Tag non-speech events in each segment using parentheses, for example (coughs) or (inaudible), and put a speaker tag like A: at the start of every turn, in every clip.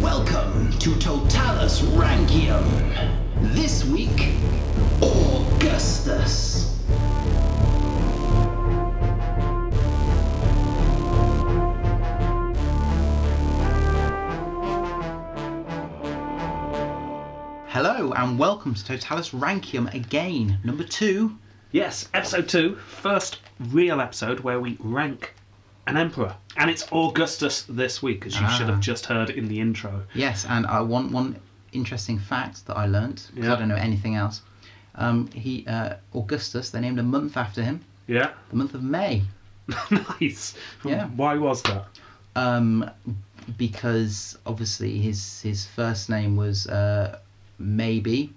A: Welcome to Totalis Rankium. This week, Augustus. Hello and welcome to Totalis Rankium again, number two.
B: Yes, episode two, first real episode where we rank an emperor. And it's Augustus this week, as you should
A: Ah.
B: have just heard in the intro.
A: Yes, and I want one interesting fact that I learnt because
B: Yeah.
A: I don't know anything else. Um, he uh, Augustus. They named a month after him,
B: Yeah? (laughs)
A: the month of May,
B: nice.
A: Yeah.
B: Why was that?
A: um, because obviously his his first name was uh, maybe.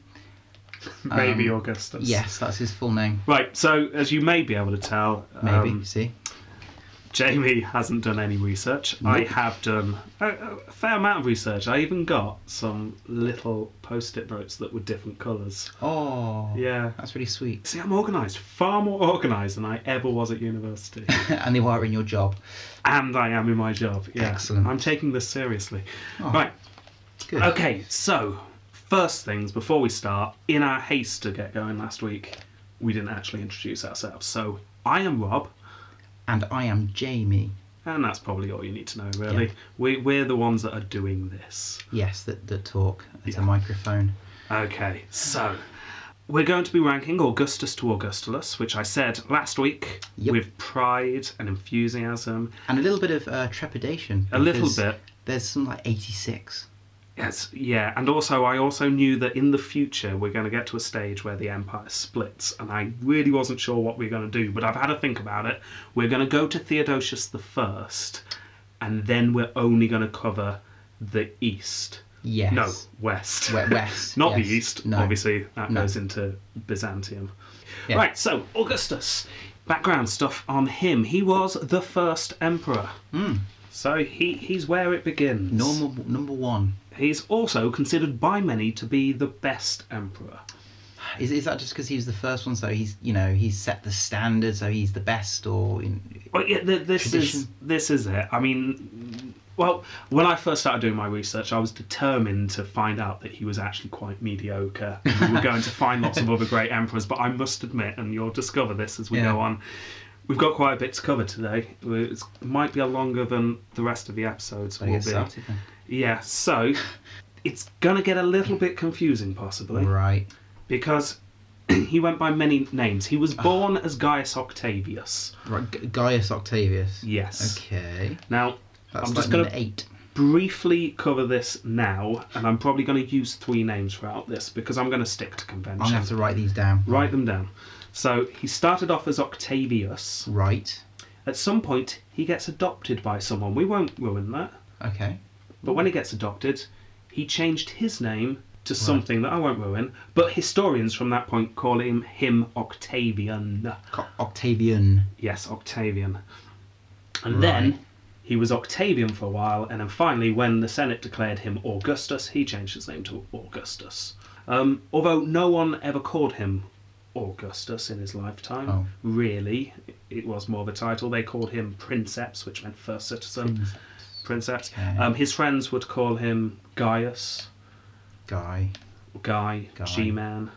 B: Maybe
A: Um,
B: Augustus.
A: Yes, that's his full name.
B: Right, so as you may be able to tell,
A: Maybe.
B: um,
A: see,
B: Jamie hasn't done any research. I
A: Nope.
B: have done a, a fair amount of research. I even got some little post it notes that were different colours.
A: oh,
B: Yeah.
A: that's really sweet. (laughs)
B: See, I'm organised, far more organised than I ever was at university.
A: and you are in your job.
B: and I am in my job. Yeah.
A: Excellent.
B: I'm taking this seriously.
A: Oh.
B: Right.
A: Good.
B: Okay. So, first things before we start, in our haste to get going last week, we didn't actually introduce ourselves. So, I am Rob,
A: And I am Jamie.
B: and that's probably all you need to know, really.
A: Yeah.
B: We, we're the ones that are doing this.
A: Yes, that that talk. It's a
B: Yeah.
A: microphone.
B: Okay. So, we're going to be ranking Augustus to Augustulus, which I said last week
A: Yep.
B: with pride and enthusiasm.
A: And a little bit of uh, trepidation.
B: A little
A: because
B: bit.
A: There's some like 86.
B: Yes, yeah, and also I also knew that in the future we're going to get to a stage where the empire splits, and I really wasn't sure what we are going to do, but I've had a think about it. We're going to go to Theodosius the First, and then we're only going to cover the east.
A: Yes.
B: No, west. (laughs)
A: We- west,
B: Not
A: yes.
B: the east.
A: No.
B: Obviously, that
A: No.
B: goes into Byzantium.
A: Yeah.
B: Right, so Augustus. Background stuff on him. He was the first emperor. So he, he's where it begins.
A: Hmm. Normal number one.
B: He's also considered by many to be the best emperor.
A: Is, is that just because he was the first one? So he's you know he's set the standard, so he's the best, or in,
B: Well, yeah, th- this is
A: Tradition.
B: this is it. I mean, well, when I first started doing my research, I was determined to find out that he was actually quite mediocre.
A: (laughs)
B: And we were going to find lots of other great emperors, but I must admit, and you'll discover this as we
A: Yeah.
B: go on. We've got quite a bit to cover today. It might be a longer than the rest of the episodes
A: I
B: will
A: guess
B: be.
A: started then.
B: Yeah, so it's gonna get a little bit confusing, possibly.
A: right.
B: because (clears throat) he went by many names. He was born as Gaius Octavius.
A: Right, G- Gaius Octavius.
B: Yes.
A: Okay.
B: Now,
A: That's like
B: I'm just
A: number
B: going to
A: eight.
B: briefly cover this now, and I'm probably going to use three names throughout this because I'm going to stick to
A: I'm gonna
B: convention.
A: have to write these down.
B: Write them down. So he started off as Octavius.
A: Right.
B: At some point, he gets adopted by someone. We won't ruin that.
A: Okay.
B: But when he gets adopted, he changed his name to something that I won't ruin. But historians from that point call him him Octavian.
A: Co- Octavian.
B: Yes, Octavian. And
A: Right.
B: then he was Octavian for a while, and then finally, when the Senate declared him Augustus, he changed his name to Augustus. Um, although no one ever called him Augustus in his lifetime,
A: Oh.
B: really, it was more of a title. They called him Princeps, which meant first citizen. Princeps.
A: Okay.
B: Um, his friends would call him Gaius,
A: Guy.
B: Guy,
A: Guy.
B: G-Man.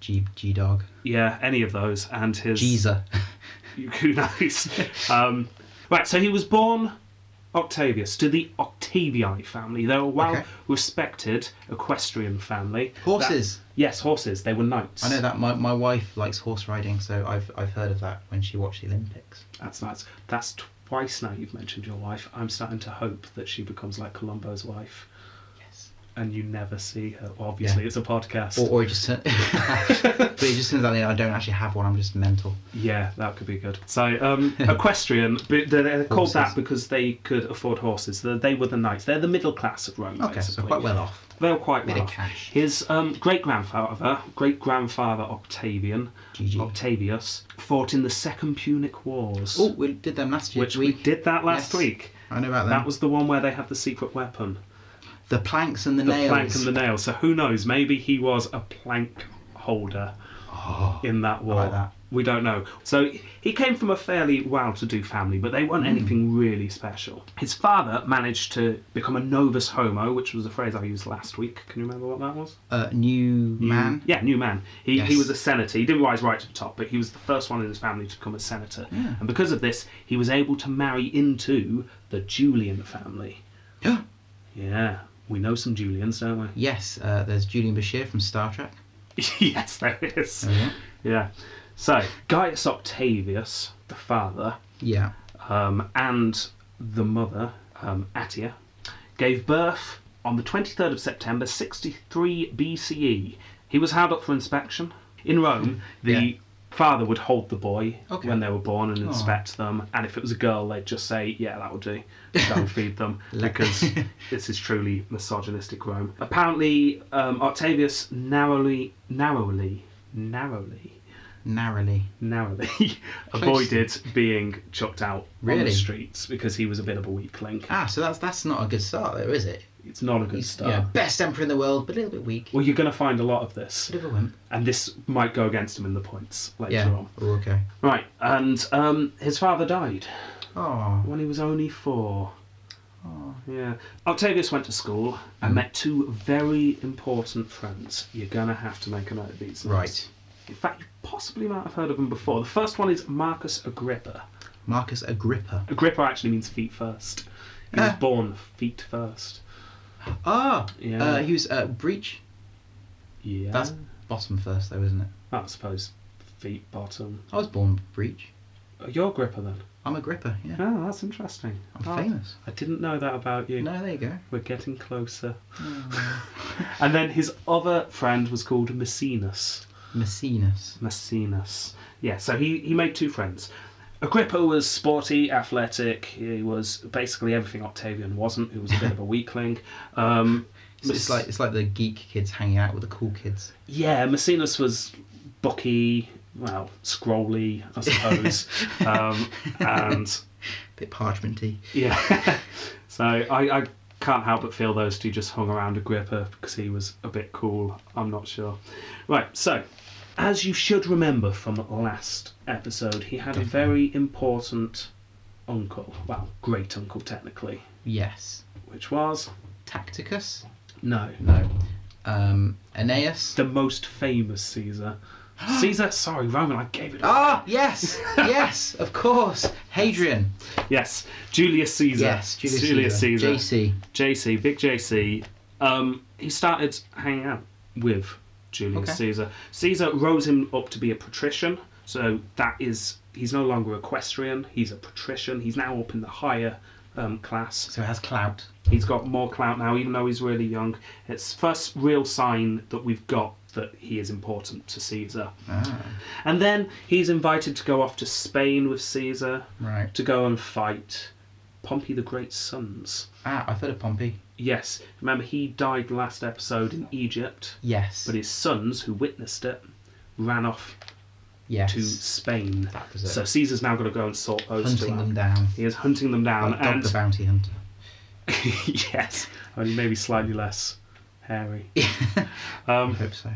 A: G. G. Dog.
B: Yeah, any of those. And his (laughs)
A: Geezer.
B: Who knows? um, right, so he was born Octavius to the Octavii family. They were a well
A: Okay.
B: respected equestrian family.
A: Horses.
B: That- yes, horses. They were knights.
A: I know that my, my wife likes horse riding, so I've I've heard of that when she watched the Olympics.
B: That's nice. That's twice now you've mentioned your wife. I'm starting to hope that she becomes like Columbo's wife
A: Yes.
B: and you never see her. Well, obviously,
A: Yeah.
B: it's a podcast.
A: Or, or it just turn- (laughs) but it just turns out that I don't actually have one. I'm just mental.
B: Yeah, that could be good. So,
A: (laughs)
B: um, equestrian, but they're they're called
A: Horses.
B: that because they could afford horses. They they were the knights. They're the middle class of Rome.
A: Okay, so
B: basically.
A: quite well off.
B: They were quite
A: Bit
B: well
A: of
B: off.
A: cash.
B: His um, great grandfather, great grandfather Octavian,
A: GG.
B: Octavius, fought in the Second Punic Wars,
A: Oh, we did them last year-
B: which we
A: week.
B: did that last
A: Yes.
B: week.
A: I know about them.
B: That was the one where they had the secret weapon,
A: the planks and the,
B: the
A: nails.
B: plank and the nail. So who knows? Maybe he was a plank holder
A: Oh,
B: in that war.
A: I like that.
B: We don't know. So he came from a fairly well to do family, but they
A: Hmm.
B: weren't anything really special. His father managed to become a novus homo, which was a phrase I used last week. Can you remember what that was?
A: Uh, new man.
B: Mm. Yeah, new man. He, he
A: Yes.
B: was a senator. He didn't rise right to the top, but he was the first one in his family to become a senator.
A: Yeah.
B: And because of this, he was able to marry into the Julian family. Yeah, we know some Julians, don't we? (laughs)
A: yes, uh, there's Julian Bashir from Star Trek.
B: yes, there is.
A: Oh, yeah.
B: Yeah. So, Gaius Octavius, the father,
A: Yeah.
B: um, and the mother, um, Attia, gave birth on the 23rd of September 63 BCE. E. He was held up for inspection. In Rome, the
A: Yeah.
B: father would hold the boy
A: Okay. Oh.
B: when they were born and inspect them, and if it was a girl, they'd just say, Yeah, that will do. Don't
A: (laughs)
B: feed them,
A: Let-
B: because this is truly misogynistic Rome. Apparently, um, Octavius narrowly, narrowly, narrowly
A: Narrowly.
B: narrowly
A: (laughs)
B: avoided being chucked out on the
A: Really?
B: streets because he was a bit of a weak link.
A: Ah, so that's that's not a good start, though, is it?
B: It's not a good start.
A: Yeah, best emperor in the world, but a little bit weak.
B: Well, you're going to find a lot of this,
A: Bit of a wimp.
B: and this might go against him in the points later
A: Yeah.
B: on.
A: Oh, okay.
B: Right, and um, his father died
A: Oh.
B: when he was only four.
A: oh. Hmm.
B: Yeah. Octavius went to school and met two very important friends. You're going to have to make a note of these. names.
A: Right.
B: In fact, you possibly might have heard of them before. The first one is Marcus Agrippa.
A: Marcus Agrippa.
B: Agrippa actually means feet first. He was
A: Ah.
B: born feet first.
A: Ah.
B: Yeah.
A: Uh, he was uh, breach.
B: Yeah.
A: That's bottom first, though, isn't it?
B: I suppose feet bottom.
A: I was born breach.
B: Oh, You're Agrippa then.
A: I'm Agrippa. Yeah.
B: Oh, that's interesting.
A: I'm
B: Oh,
A: famous.
B: I didn't know that about you.
A: No, there you go.
B: We're getting closer.
A: Hmm.
B: and then his other friend was called Messinus.
A: Messinus.
B: Messinus. Yeah, so he, he made two friends. Agrippa was sporty, athletic. He was basically everything Octavian wasn't. He was a bit
A: (laughs)
B: of a weakling. Um,
A: So it's
B: Mes-
A: like it's like the geek kids hanging out with the cool kids.
B: Yeah, Messinus was bucky, well, scrolly, I suppose. um, and
A: bit parchmenty.
B: yeah, (laughs) so I, I can't help but feel those two just hung around Agrippa because he was a bit cool. I'm not sure. Right, so as you should remember from last episode, he had a very important uncle, well, great uncle technically,
A: Yes.
B: which was
A: Tacticus.
B: no,
A: No. Um, Aeneas.
B: the most famous Caesar. Caesar, sorry, Roman, I gave it up.
A: Ah,
B: (laughs)
A: yes, yes, of course. Hadrian.
B: Yes, Julius Caesar.
A: Yes, Julius,
B: Caesar.
A: Caesar. JC.
B: JC, Big JC. Um, he started hanging out with Julius
A: Okay.
B: Caesar. Caesar rose him up to be a patrician, so that is he's no longer equestrian. He's a patrician. He's now up in the higher um, class.
A: So it has clout.
B: He's got more clout now, even though he's really young. It's first real sign that we've got that he is important to Caesar.
A: Ah,
B: And then he's invited to go off to Spain with Caesar
A: right.
B: to go and fight Pompey the Great's sons.
A: Ah, I've heard of Pompey.
B: Yes, remember he died last episode in Egypt,
A: Yes.
B: but his sons, who witnessed it, ran off
A: yes.
B: to Spain.
A: That was it.
B: So Caesar's now got to go and sort those two
A: Hunting
B: out.
A: them down.
B: He is hunting them down,
A: Like Dog the
B: and
A: Bounty
B: (laughs)
A: Hunter.
B: yes, only maybe slightly less hairy.
A: I
B: Um,
A: hope so.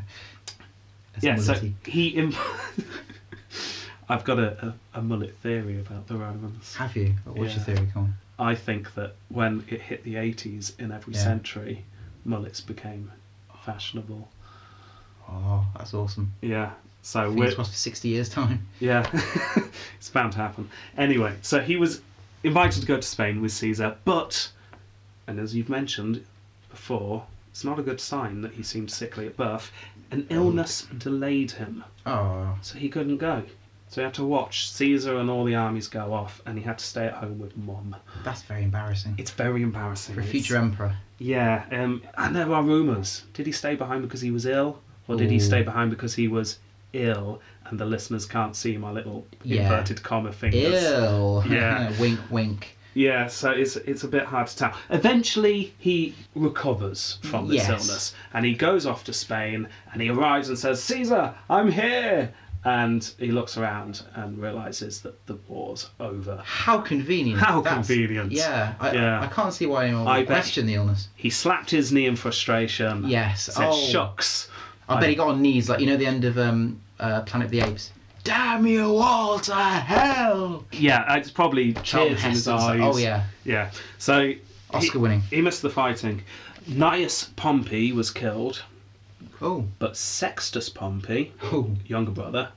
A: That's
B: yeah, so
A: humility.
B: he. Im- (laughs) I've got a, a, a mullet theory about the Romans.
A: Have you? What's
B: Yeah.
A: your theory, Colin?
B: I think that when it hit the 80s in every
A: Yeah.
B: century, mullets became fashionable.
A: Oh, that's awesome.
B: Yeah, so
A: Fingers
B: we're,
A: crossed for 60 years' time.
B: Yeah, (laughs) it's bound to happen. Anyway, so he was invited to go to Spain with Caesar, but, and as you've mentioned before, it's not a good sign that he seemed sickly at birth. An illness delayed him,
A: Oh,
B: so he couldn't go. So he had to watch Caesar and all the armies go off, and he had to stay at home with mum.
A: that's very embarrassing.
B: It's very embarrassing.
A: For a
B: It's-
A: future emperor.
B: Yeah, um, and there are rumours. Did he stay behind because he was ill, or did he
A: Ooh.
B: stay behind because he was ill? And the listeners can't see my little
A: Yeah.
B: inverted comma
A: Ew.
B: fingers. Yeah.
A: (laughs) wink, wink.
B: Yeah, so it's it's a bit hard to tell. Eventually, he recovers from this
A: Yes.
B: illness, and he goes off to Spain, and he arrives and says, "Caesar, I'm here." And he looks around and realizes that the war's over.
A: How convenient.
B: How convenient.
A: Yeah I,
B: Yeah.
A: I can't see why anyone would
B: I bet-
A: question the illness.
B: He slapped his knee in frustration.
A: Yes.
B: Said,
A: oh,
B: "Shucks."
A: I bet he got on knees, like, you know, the end of um, uh, Planet of the Apes. Damn you all to hell!
B: Yeah, uh, it's probably
A: Charlton
B: tears in his
A: Heston's-
B: eyes.
A: Oh yeah,
B: yeah. So
A: Oscar
B: he,
A: winning.
B: he missed the fighting. Gnaeus Pompey was killed,
A: Oh,
B: but Sextus Pompey,
A: oh, (laughs)
B: younger brother,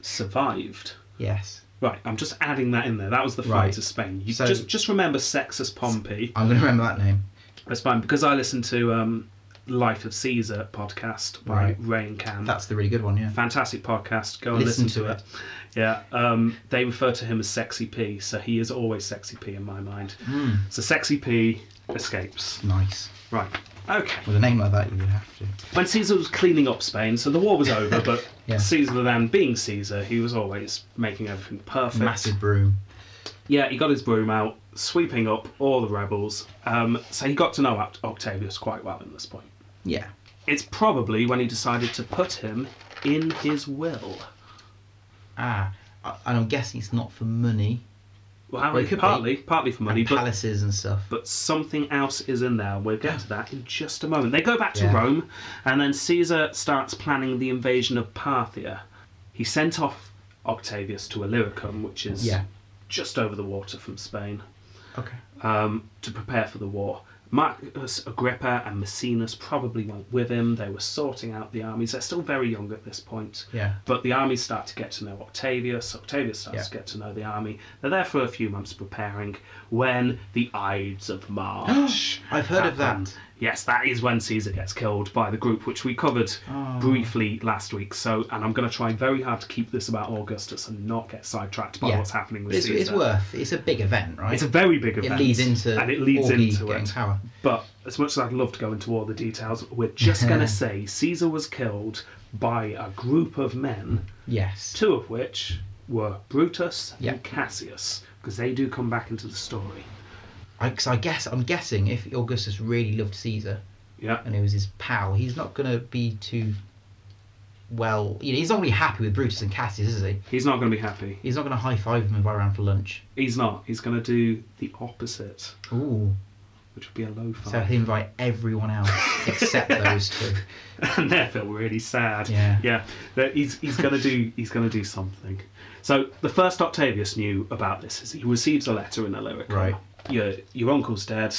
B: survived.
A: yes.
B: Right, I'm just adding that in there. That was the fight
A: Right.
B: of Spain. You
A: So-
B: just just remember Sextus Pompey.
A: I'm gonna remember that name.
B: That's fine because I listened to um, Life of Caesar podcast by
A: Right.
B: Ray and Cam.
A: That's the really good one. Yeah.
B: fantastic podcast. Go and listen,
A: Listen
B: to,
A: to
B: it. Yeah, um, they refer to him as Sexy P, so he is always Sexy P in my mind.
A: Hmm.
B: So Sexy P escapes.
A: Nice.
B: Right. Okay.
A: With a name like that, you would have to.
B: When Caesar was cleaning up Spain, so the war was over, but
A: (laughs) Yeah.
B: Caesar then being Caesar, he was always making everything perfect.
A: Massive broom.
B: Yeah, he got his broom out, sweeping up all the rebels. Um, so he got to know Oct- Octavius quite well at this point.
A: Yeah.
B: It's probably when he decided to put him in his will.
A: Ah, I- and I'm guessing it's not for money.
B: Well,
A: Well, it could be.
B: partly, partly for money,
A: and
B: but
A: palaces and stuff.
B: but something else is in there. We'll get to that in just a moment. They go back to
A: Yeah.
B: Rome, and then Caesar starts planning the invasion of Parthia. He sent off Octavius to Illyricum, which is
A: Yeah.
B: just over the water from Spain,
A: Okay.
B: um, to prepare for the war. Marcus Agrippa and Maecenas probably went with him. They were sorting out the armies. They're still very young at this point.
A: Yeah.
B: But the armies start to get to know Octavius. Octavius starts
A: Yeah.
B: to get to know the army. They're there for a few months preparing when the Ides of March.
A: (gasps) I've heard of
B: happen.
A: that.
B: Yes, that is when Caesar gets killed by the group, which we covered
A: Oh.
B: briefly last week. So, and I'm going to try very hard to keep this about Augustus and not get sidetracked by
A: Yeah.
B: what's happening with
A: But it's,
B: Caesar.
A: it's worth. It's a big event, right?
B: It's a very big
A: it
B: event.
A: leads into
B: and it leads
A: Orgy
B: into
A: getting
B: it.
A: power.
B: But as much as I'd love to go into all the details, we're
A: (laughs)
B: just going to say Caesar was killed by a group of men
A: Yes.
B: two of which were Brutus
A: Yeah.
B: and Cassius, because they do come back into the story.
A: I, 'cause I guess I'm guessing if Augustus really loved Caesar
B: Yeah,
A: and it was his pal, he's not gonna be too well. You know, he's not gonna be happy with Brutus and Cassius, is he?
B: he's not going to be happy.
A: He's not gonna high five him and invite around for lunch.
B: He's not. He's going to do the opposite,
A: Ooh.
B: which would be a low
A: So
B: five.
A: he'll invite everyone else (laughs) except those two.
B: (laughs) and they feel really sad.
A: Yeah.
B: yeah. That he's he's going to do he's going to do something. So the first Octavius knew about this. Is he receives a letter in Illyricum.
A: Right.
B: Your your uncle's dead.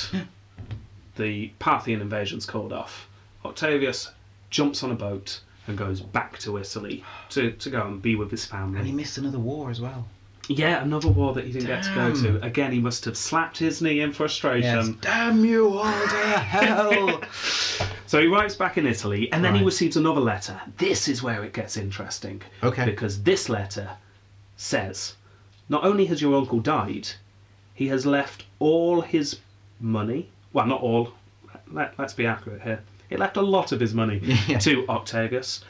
B: the Parthian invasion's called off. Octavius jumps on a boat and goes back to Italy to, to go and be with his family.
A: And he missed another war as well.
B: Yeah, another war that he didn't get to go
A: Damn.
B: to. Again, he must have slapped his knee in
A: Yes.
B: frustration.
A: Damn you all to hell! (laughs)
B: So he arrives back in Italy, and then he
A: Right.
B: receives another letter. This is where it gets interesting.
A: Okay.
B: Because this letter says not only has your uncle died, he has left all his money. Well, not all. Let, let's be accurate here. He left a lot of his money
A: (laughs) Yeah.
B: to Octavius.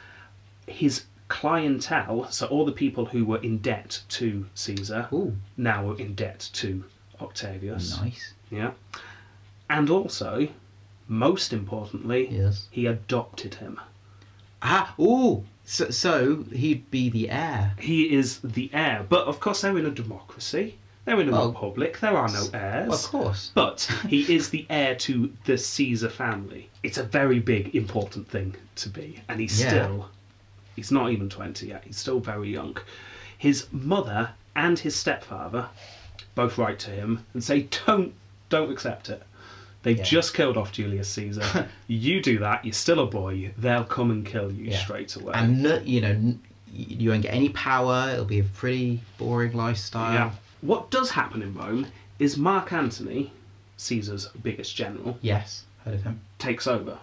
B: His clientele, so all the people who were in debt to Caesar,
A: Ooh,
B: now were in debt to Octavius.
A: nice.
B: Yeah. And also, most importantly,
A: Yes.
B: he adopted him.
A: Ah, ooh. So, so he'd be the heir.
B: He is the heir. But of course, they're in a democracy, they're in a
A: Well,
B: republic, there are no heirs.
A: Well, of course.
B: But
A: (laughs)
B: he is the heir to the Caesar family. It's a very big, important thing to be. And he's
A: Yeah.
B: still, he's not even 20 yet, he's still very young. His mother and his stepfather both write to him and say, don't, don't accept it. They've
A: Yeah.
B: just killed off Julius
A: (laughs)
B: Caesar. you do that, you're still a boy, they'll come and kill you
A: Yeah.
B: straight away.
A: And no, you know, n- you won't get any power. It'll be a pretty boring lifestyle.
B: yeah. Um, What does happen in Rome is Mark Antony, Caesar's biggest general,
A: Yes, heard of him.
B: takes over.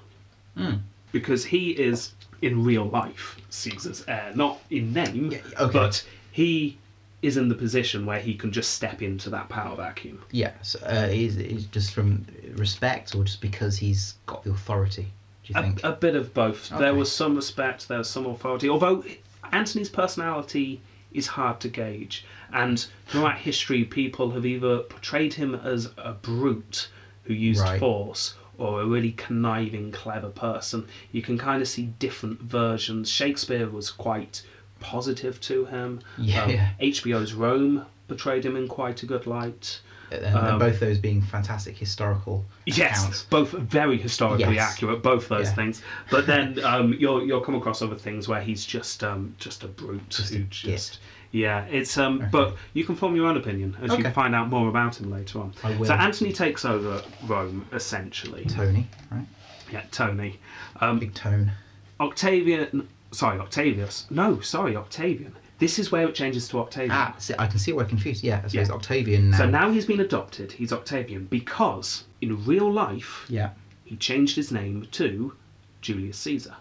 B: Hmm.
A: Mm.
B: because he is in real life Caesar's heir, not in name,
A: Yeah, okay.
B: but he is in the position where he can just step into that power vacuum.
A: Yeah. So, uh, is is just from respect or just because he's got the authority? Do you
B: A,
A: think?
B: a bit of both. There
A: Okay.
B: was some respect, there was some authority, although Antony's personality is hard to gauge, and throughout history, people have either portrayed him as a brute who used
A: Right.
B: force. Or a really conniving, clever person. You can kind of see different versions. Shakespeare was quite positive to him.
A: yeah.
B: Um, HBO's Rome portrayed him in quite a good light.
A: and, and
B: Um,
A: both those being fantastic historical
B: Yes,
A: accounts.
B: both very historically
A: Yes.
B: accurate, both those
A: Yeah.
B: things. But then um, you'll you'll come across other things where he's just um, just a brute
A: Just a
B: who
A: git.
B: just yeah. It's um,
A: Okay.
B: but you can form your own opinion as you
A: Okay.
B: find out more about him later on.
A: I will.
B: So Anthony takes over Rome essentially.
A: Tony, right?
B: Yeah, Tony. Um,
A: Big Tone.
B: Octavian, sorry, Octavius. No, sorry, Octavian. This is where it changes to Octavian.
A: Ah, see, I can see where confused. Yeah, so
B: Yeah.
A: it's Octavian now.
B: So now he's been adopted. He's Octavian because in real life
A: yeah.
B: he changed his name to Julius Caesar.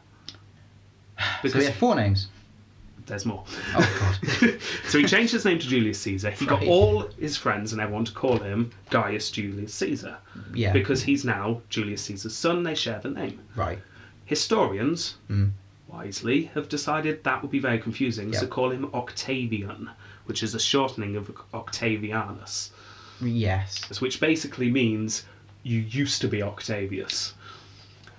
A: So
B: Because
A: we have four names.
B: there's more.
A: Oh God.
B: (laughs) so he changed his name to Julius Caesar. He got
A: Right.
B: all his friends and everyone to call him Gaius Julius Caesar
A: Yeah.
B: because he's now Julius Caesar's son. They share the name.
A: right.
B: Historians
A: Mm.
B: wisely have decided that would be very confusing, so
A: Yep.
B: call him Octavian, which is a shortening of Octavianus,
A: Yes.
B: which basically means you used to be Octavius.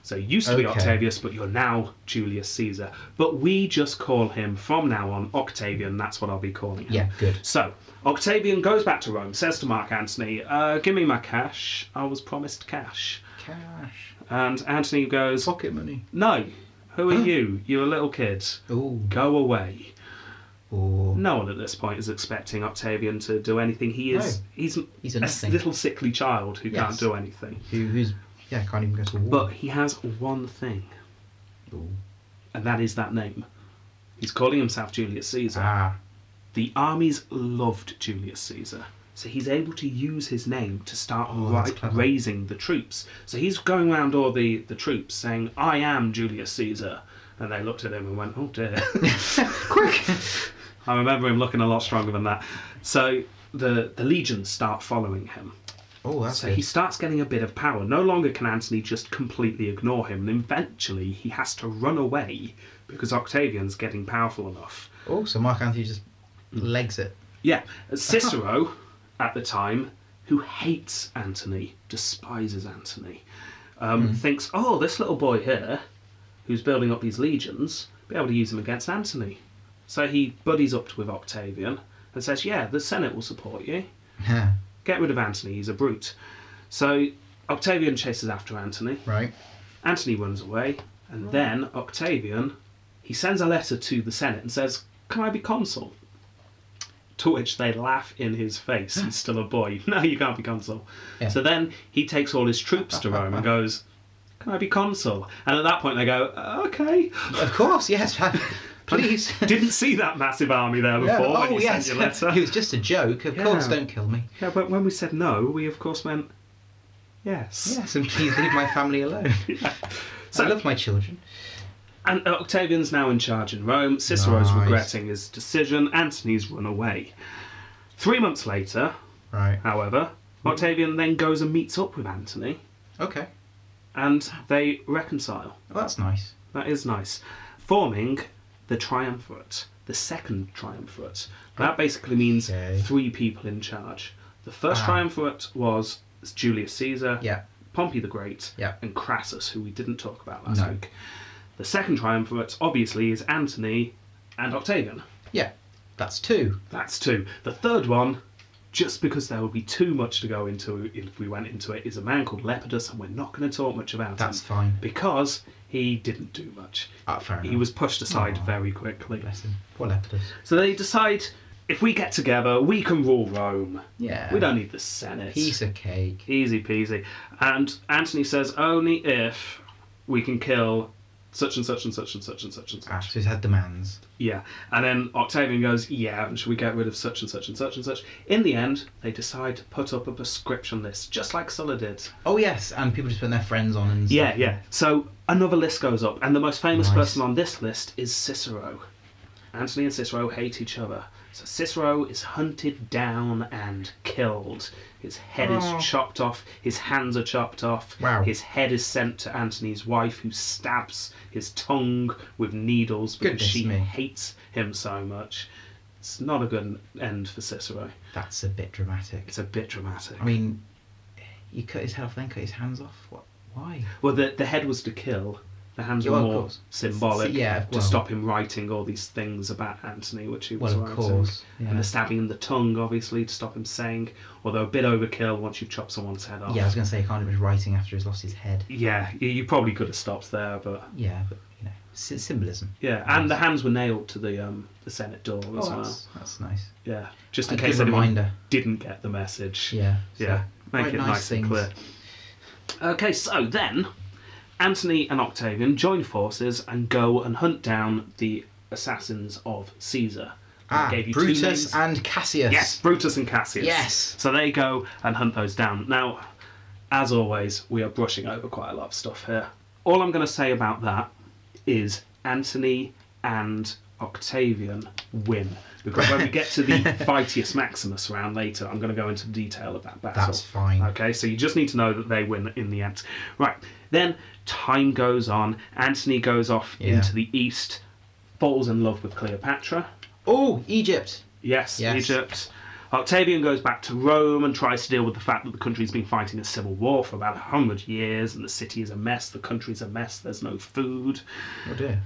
B: So you used to be
A: Okay.
B: Octavius, but you're now Julius Caesar. But we just call him from now on Octavian. That's what I'll be calling him.
A: Yeah. Good.
B: So Octavian goes back to Rome, says to Mark Antony, uh, "Give me my cash. I was promised cash."
A: Cash.
B: And Antony goes,
A: Pocket money.
B: "No. Who
A: (gasps)
B: are you? You're a little kid."
A: Ooh.
B: go away.
A: Or
B: No one at this point is expecting Octavian to do anything. He is
A: No.
B: he's,
A: He's a
B: a
A: nothing.
B: little sickly child who can't
A: Yes.
B: do anything.
A: Who, who's yeah? Can't even go to war.
B: But he has one thing,
A: Ooh.
B: and that is that name. He's calling himself Julius Caesar.
A: Ah.
B: The armies loved Julius Caesar. So he's able to use his name to start
A: Oh, that's
B: right,
A: clever.
B: raising the troops. So he's going around all the, the troops saying, I am Julius Caesar. And they looked at him and went, oh dear. (laughs)
A: Quick.
B: I remember him looking a lot stronger than that. So the the legions start following him.
A: Oh, that's
B: So
A: good.
B: he starts getting a bit of power. No longer can Antony just completely ignore him, and eventually he has to run away because Octavian's getting powerful enough.
A: Oh, so Mark Anthony just legs it. (laughs)
B: Yeah, Cicero at the time, who hates Antony, despises Antony, um,
A: Hmm.
B: thinks, oh, this little boy here, who's building up these legions, be able to use them against Antony. So he buddies up with Octavian and says, yeah, the Senate will support you.
A: Yeah.
B: Get rid of Antony, he's a brute. So Octavian chases after Antony.
A: Right.
B: Antony runs away, and
A: Hmm.
B: then Octavian, he sends a letter to the Senate and says, "Can I be consul?" To which they laugh in his face. He's still a boy. (laughs) No, you can't be consul.
A: Yeah.
B: So then he takes all his troops to
A: (laughs)
B: Rome and goes, "Can I be consul?" And at that point they go, "Uh, "Okay." (laughs)
A: Of course. Yes. (laughs) Please.
B: Didn't see that massive army there
A: Yeah. Oh,
B: before when you sent your
A: (laughs)
B: letter.
A: it was just a joke. Of
B: Yeah.
A: course, don't kill me.
B: Yeah, but when we said no, we of course meant yes.
A: Yes, (laughs) and please leave my family
B: (laughs)
A: alone. (laughs)
B: So-
A: I love my children.
B: And uh, Octavian's now in charge in Rome. Cicero's
A: Nice.
B: regretting his decision. Antony's run away. Three months later,
A: Right.
B: however, Octavian then goes and meets up with Antony
A: Okay.
B: and they reconcile.
A: Well, that's nice.
B: That is nice. Forming the triumvirate, the second triumvirate. That basically means
A: Okay.
B: three people in charge. The first
A: Ah.
B: triumvirate was Julius Caesar,
A: Yeah.
B: Pompey the Great,
A: Yeah.
B: and Crassus, who we didn't talk about last
A: No.
B: week. The second triumvirate, obviously, is Antony and Octavian.
A: Yeah. That's two.
B: That's two. The third one, just because there would be too much to go into if we went into it, is a man called Lepidus, and we're not going to talk much about
A: That's
B: him
A: fine.
B: because he didn't do much.
A: Ah, fair enough.
B: He was pushed aside
A: Aw.
B: very quickly.
A: Bless him. Poor Lepidus.
B: So they decide if we get together, we can rule Rome.
A: Yeah.
B: We don't need the Senate.
A: Piece of cake.
B: Easy peasy. And Anthony says only if we can kill such and such and such and such and such and such.
A: Ah, so he's had demands.
B: Yeah. And then Octavian goes, yeah, and should we get rid of such and such and such and such? In the end, they decide to put up a prescription list, just like Sulla did.
A: Oh yes, and people just put their friends on and
B: Yeah,
A: stuff.
B: yeah. So another list goes up, and the most famous
A: Nice.
B: person on this list is Cicero. Antony and Cicero hate each other. So Cicero is hunted down and killed. His head
A: Oh.
B: is chopped off, his hands are chopped off.
A: Wow.
B: His head is sent to Antony's wife, who stabs his tongue with needles because
A: Goodness
B: she
A: me.
B: hates him so much. It's not a good end for Cicero.
A: That's a bit dramatic.
B: It's a bit dramatic.
A: I mean, you cut his head off, then cut his hands off. What? Why?
B: Well, the, the head was to kill. The hands
A: Yeah,
B: were
A: well, of
B: more
A: course.
B: symbolic
A: S- yeah,
B: to
A: well-
B: stop him writing all these things about Anthony, which he was
A: Well, of
B: writing.
A: course. Yeah.
B: And the stabbing in the tongue, obviously, to stop him saying, although a bit overkill once you've chopped someone's head off.
A: yeah, I was going to say, he kind of was writing after he's lost his head.
B: Yeah, you- you probably could have stopped there, but
A: Yeah, but, you know, sy- symbolism.
B: yeah, and the hands were nailed to the um the Senate door as
A: Oh,
B: well. uh,
A: that's, that's nice.
B: Yeah, just in
A: A
B: case
A: good
B: anyone
A: reminder.
B: didn't get the message.
A: Yeah. so-
B: yeah, make
A: quite
B: it
A: nice
B: nice,
A: things.
B: and clear. Okay, so then Antony and Octavian join forces and go and hunt down the assassins of Caesar. I
A: Ah,
B: gave you two names.
A: Brutus and Cassius.
B: Yes, Brutus and Cassius.
A: Yes.
B: So they go and hunt those down. Now, as always, we are brushing over quite a lot of stuff here. All I'm going to say about that is Antony and Octavian win. Because when we get
A: (laughs)
B: to the Vitius Maximus round later, I'm going to go into detail of that battle.
A: That's fine.
B: Okay, so you just need to know that they win in the end. Right, then time goes on. Antony goes off
A: Yeah.
B: into the east, falls in love with Cleopatra.
A: Oh, Egypt.
B: Yes,
A: Yes.
B: Egypt. Octavian goes back to Rome and tries to deal with the fact that the country's been fighting a civil war for about 100 years and the city is a mess, the country's a mess, there's no food.
A: Oh dear.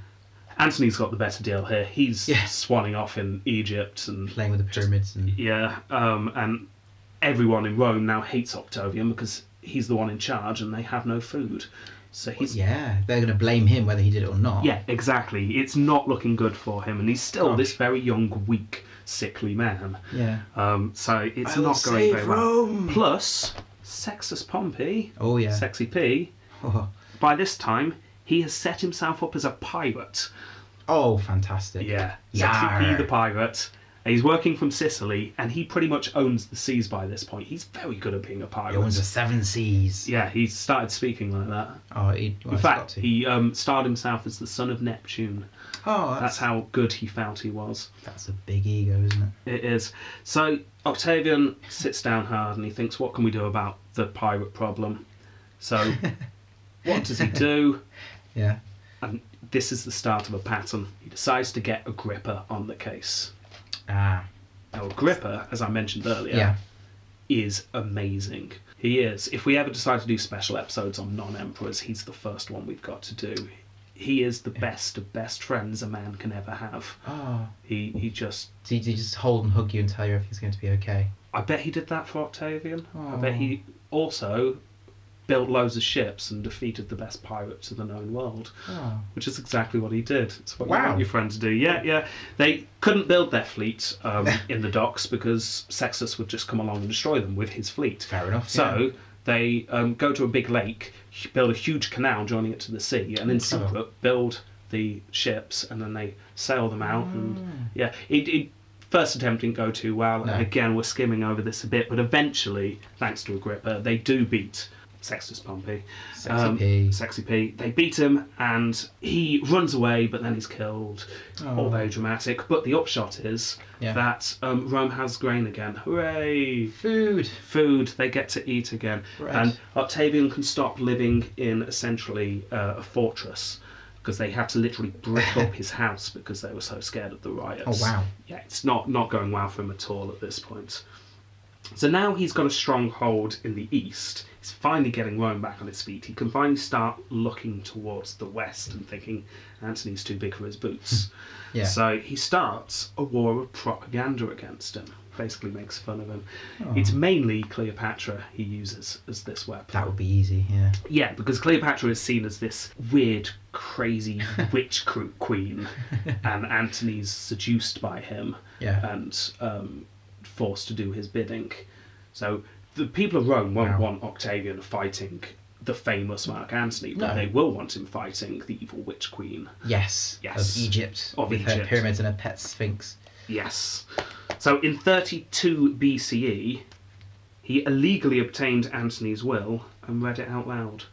B: Antony's got the better deal here. He's
A: Yeah.
B: swanning off in Egypt and
A: Playing with the pyramids and
B: yeah, um, and everyone in Rome now hates Octavian because he's the one in charge and they have no food. So he's
A: yeah, they're going to blame him whether he did it or not.
B: yeah, exactly. It's not looking good for him and he's still
A: Gosh.
B: this very young, weak, sickly man.
A: Yeah.
B: Um, so it's
A: I will
B: not going
A: save
B: very
A: Rome.
B: well. Plus, Sexus Pompey,
A: Oh yeah.
B: Sexy P,
A: Oh,
B: by this time he has set himself up as a pirate.
A: (laughs) oh, fantastic.
B: Yeah,
A: Yar.
B: Sexy P the pirate. He's working from Sicily, and he pretty much owns the seas by this point. He's very good at being a pirate.
A: He owns the seven seas.
B: yeah, he started speaking like that.
A: Oh, he, well,
B: In
A: he's got
B: fact,
A: to.
B: he um, styled himself as the son of Neptune.
A: Oh,
B: That's
A: that's,
B: how good he felt he was.
A: that's a big ego, isn't it?
B: It is. So Octavian sits down hard and he thinks, what can we do about the pirate problem? So what does he do?
A: Yeah.
B: And this is the start of a pattern. He decides to get Agrippa on the case.
A: Ah.
B: Now, Agrippa, as I mentioned earlier,
A: Yeah.
B: is amazing. He is. If we ever decide to do special episodes on non emperors, he's the first one we've got to do. He is the best of best friends a man can ever have.
A: Oh.
B: He, he just
A: Did he just hold and hug you and tell you everything's going to be okay?
B: I bet he did that for Octavian. I bet
A: Aw.
B: he
A: Oh.
B: also built loads of ships and defeated the best pirates of the known world,
A: Oh.
B: which is exactly what he did. It's what you
A: Wow.
B: want your friend to do. Yeah, yeah. They couldn't build their fleet
A: (laughs)
B: um, in the docks because Sextus would just come along and destroy them with his fleet.
A: Fair enough. yeah.
B: So they um, go to a big lake, hu- build a huge canal joining it to the sea, and in
A: Clever.
B: secret build the ships, and then they sail them
A: Ah.
B: out.
A: Mm.
B: And yeah, it, it first attempt didn't go too well.
A: No.
B: And again, we're skimming over this a bit, but eventually, thanks to Agrippa, they do beat Sextus Pompey.
A: Sexy
B: Um,
A: P.
B: Sexy P. They beat him, and he runs away, but then he's killed.
A: Oh.
B: All very dramatic. But the upshot is
A: Yeah.
B: that um, Rome has grain again. Hooray!
A: Food.
B: food they get to eat again
A: Right.
B: and octavian can stop living in essentially uh, a fortress because they had to literally
A: (laughs)
B: brick up his house because they were so scared of the
A: Oh,
B: riots
A: wow.
B: yeah it's not not going well for him at all at this point so now he's got a stronghold in the east he's finally getting rome back on its feet he can finally start looking towards the west and thinking antony's too big for
A: (laughs)
B: his boots
A: Yeah.
B: so he starts a war of propaganda against him. Basically, makes fun of him.
A: Oh.
B: It's mainly Cleopatra he uses as this weapon.
A: that would be easy. Yeah.
B: Yeah, because Cleopatra is seen as this weird,
A: (laughs)
B: crazy witch cr- queen, and Antony's seduced by him
A: Yeah.
B: and um, forced to do his bidding. So the people of Rome won't
A: Wow.
B: want Octavian fighting the famous Mark Antony,
A: No.
B: but they will want him fighting the evil witch queen.
A: yes.
B: yes.
A: Of Egypt.
B: Of
A: with her
B: Egypt.
A: pyramids and her pet sphinx.
B: Yes. So in 32 BCE, E, he illegally obtained Antony's will and read it out loud.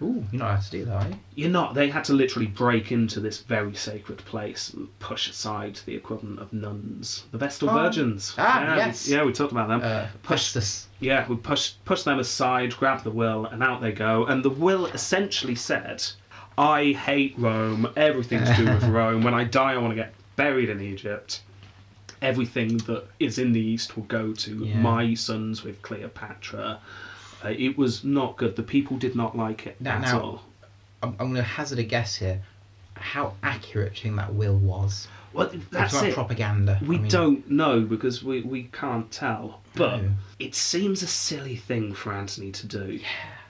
A: Ooh, you're not allowed to do that, are you?
B: You're not, they had to literally break into this very sacred place and push aside the equivalent of nuns, the Vestal
A: Oh.
B: Virgins.
A: Ah,
B: yeah,
A: yes.
B: We, yeah, we talked about them.
A: Uh, Pestus.
B: yeah, we pushed, pushed them aside, grabbed the will, and out they go. And the will essentially said, I hate Rome, everything to
A: (laughs)
B: do with Rome. When I die, I want to get buried in Egypt. Everything that is in the East will go to
A: Yeah.
B: my sons with Cleopatra. Uh, it was not good. The people did not like it
A: Now-
B: at
A: now-
B: all.
A: I'm, I'm going to hazard a guess here. How accurate do you think that will was?
B: Well,
A: It's
B: that's
A: about
B: it.
A: propaganda.
B: We
A: I mean,
B: don't know because we, we can't tell. But
A: No.
B: it seems a silly thing for Antony to do.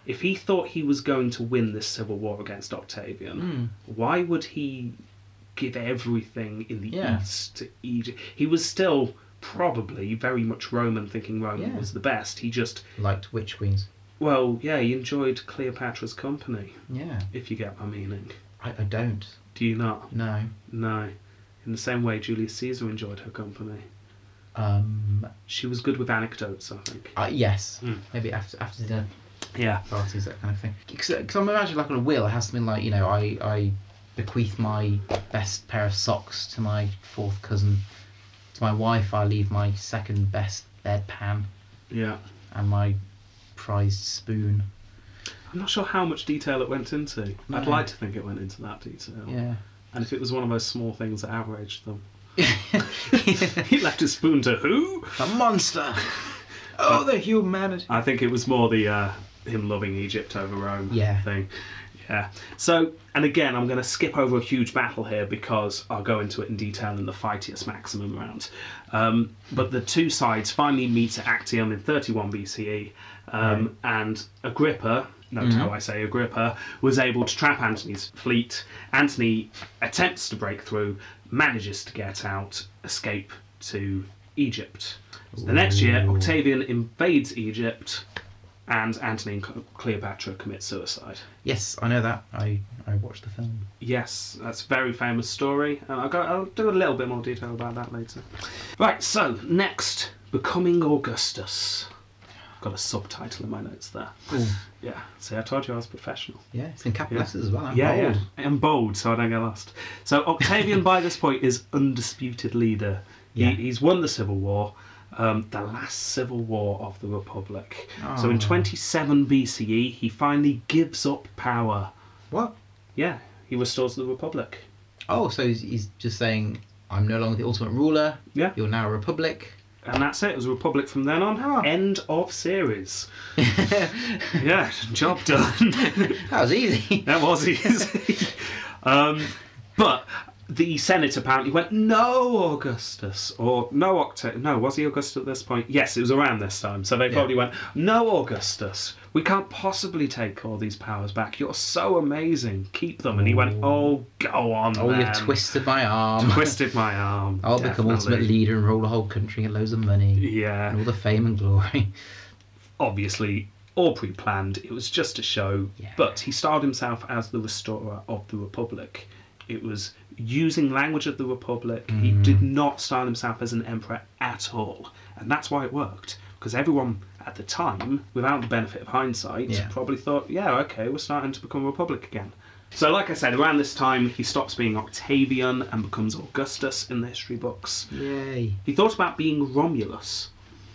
B: If he thought he was going to win this civil war against Octavian,
A: Mm.
B: why would he give everything in the
A: Yeah.
B: east to Egypt? He was still probably very much Roman, thinking Rome
A: Yeah.
B: was the best. He just,
A: Liked witch queens.
B: well, yeah, he enjoyed Cleopatra's company,
A: Yeah.
B: if you get my meaning.
A: I, I don't.
B: Do you not?
A: No.
B: No. In the same way, Julius Caesar enjoyed her company.
A: Um.
B: She was good with anecdotes, I think.
A: Uh, yes.
B: Mm.
A: Maybe after after dinner
B: Yeah.
A: parties that kind of thing. Because I'm imagining like on a will, it has something like you know I I bequeath my best pair of socks to my fourth cousin. To my wife, I leave my second best bedpan
B: Yeah.
A: and my prized spoon.
B: I'm not sure how much detail it went into. I'd
A: No.
B: like to think it went into that detail.
A: Yeah. (laughs)
B: And if it was one of those small things that outraged them. (laughs) he left his spoon to who?
A: A monster. (laughs) Oh, the humanity.
B: I think it was more the uh, him loving Egypt over Rome
A: Yeah.
B: thing. Yeah. So, and again, I'm going to skip over a huge battle here because I'll go into it in detail in the Fightius Maximum round. Um, but the two sides finally meet at Actium in 31 BCE, um, and Agrippa. Note how I say Agrippa was able to trap Antony's fleet. Antony attempts to break through, manages to get out, escape to Egypt. So the next year,
A: Ooh.
B: Octavian invades Egypt, and Antony and Cl- Cleopatra commit suicide.
A: Yes, I know that. I I watched the film.
B: Yes, that's a very famous story, and I'll, go, I'll do a little bit more detail about that later. Right, so next, Becoming Augustus. Got a subtitle in my notes there.
A: Cool.
B: Yeah, see, I told you I was professional.
A: Yeah, it's in capital
B: Yeah.
A: letters as well. I'm
B: yeah,
A: bold.
B: yeah, and bold, so I don't get lost. So
A: (laughs)
B: Octavian, by this point, is undisputed leader.
A: Yeah.
B: He, he's won the civil war, um, the last civil war of the Republic. So in
A: Oh.
B: 27 BCE, E, he finally gives up power.
A: What?
B: Yeah, he restores the Republic.
A: Oh, so he's, he's just saying, I'm no longer the ultimate ruler.
B: Yeah.
A: You're now a republic. (laughs)
B: And that's it. It was a Republic from then on.
A: Oh.
B: End of series.
A: that
B: Yeah, (laughs) job done. (laughs)
A: was easy.
B: That was
A: (laughs)
B: easy. um, but the Senate apparently went, no, Augustus, or no, Octa. No, was he Augustus at this point? Yes, it was around this time. So they probably went, no, Augustus, we can't possibly take all these powers back. You're so amazing. Keep them. And he went, oh, go on.
A: Oh,
B: then."
A: you've
B: (laughs)
A: twisted my arm.
B: Twisted my arm.
A: I'll become ultimate
B: definitely.
A: leader and rule the whole country and get loads of money and
B: Yeah,
A: all the fame and glory. (laughs)
B: obviously. All pre planned, it was just a show,
A: Yeah.
B: but he styled himself as the restorer of the Republic. It was using language of the Republic. He
A: Mm.
B: did not style himself as an emperor at all, and that's why it worked. Because everyone at the time, without the benefit of hindsight,
A: Yeah.
B: probably thought, "Yeah, okay, we're starting to become a republic again." So, like I said, around this time, he stops being Octavian and becomes Augustus in the history books.
A: Yay.
B: He thought about being Romulus,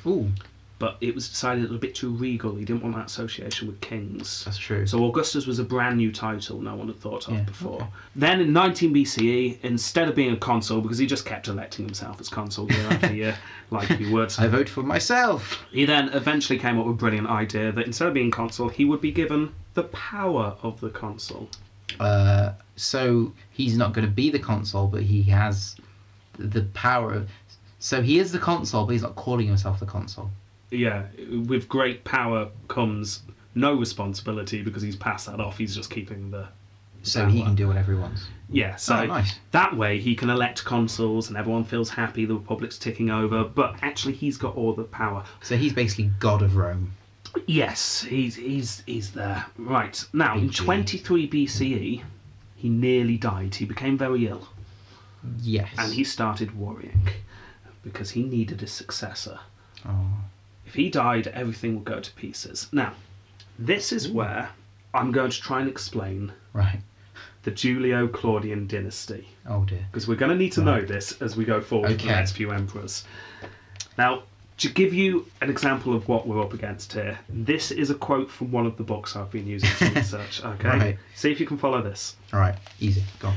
A: Ooh,
B: but it was decided it was a bit too regal. He didn't want that association with kings.
A: that's true.
B: So Augustus was a brand new title no one had thought of
A: Yeah,
B: before.
A: okay.
B: Then in 19 BCE, E, instead of being a consul, because he just kept electing himself as consul year after
A: (laughs)
B: year, like he would,
A: I vote for myself.
B: he then eventually came up with a brilliant idea that instead of being consul, he would be given the power of the consul.
A: Uh, so he's not going to be the consul, but he has the power of. So he is the consul, but he's not calling himself the consul.
B: Yeah, with great power
A: Mm.
B: comes no responsibility because he's passed that off. He's just keeping the
A: So
B: That
A: he
B: one.
A: can do whatever he wants.
B: Yeah, so
A: Oh, nice.
B: that way he can elect consuls and everyone feels happy, the Republic's ticking over, but actually he's got all the power.
A: So he's basically god of Rome.
B: Yes, he's he's he's there. Right. Now in
A: Thank you.
B: 23 BCE, E, he nearly died. He became very ill
A: Yes.
B: and he started worrying because he needed a successor.
A: Oh.
B: If he died, everything would go to pieces. Now, this is where I'm going to try and explain
A: Right.
B: the Julio-Claudian dynasty.
A: Oh dear.
B: because we're going to need to know this as we go forward for the
A: Okay.
B: next few emperors. Now, to give you an example of what we're up against here, this is a quote from one
A: (laughs)
B: of the books I've been using for research. Okay,
A: Right.
B: see if you can follow this.
A: All right. Easy. Go on.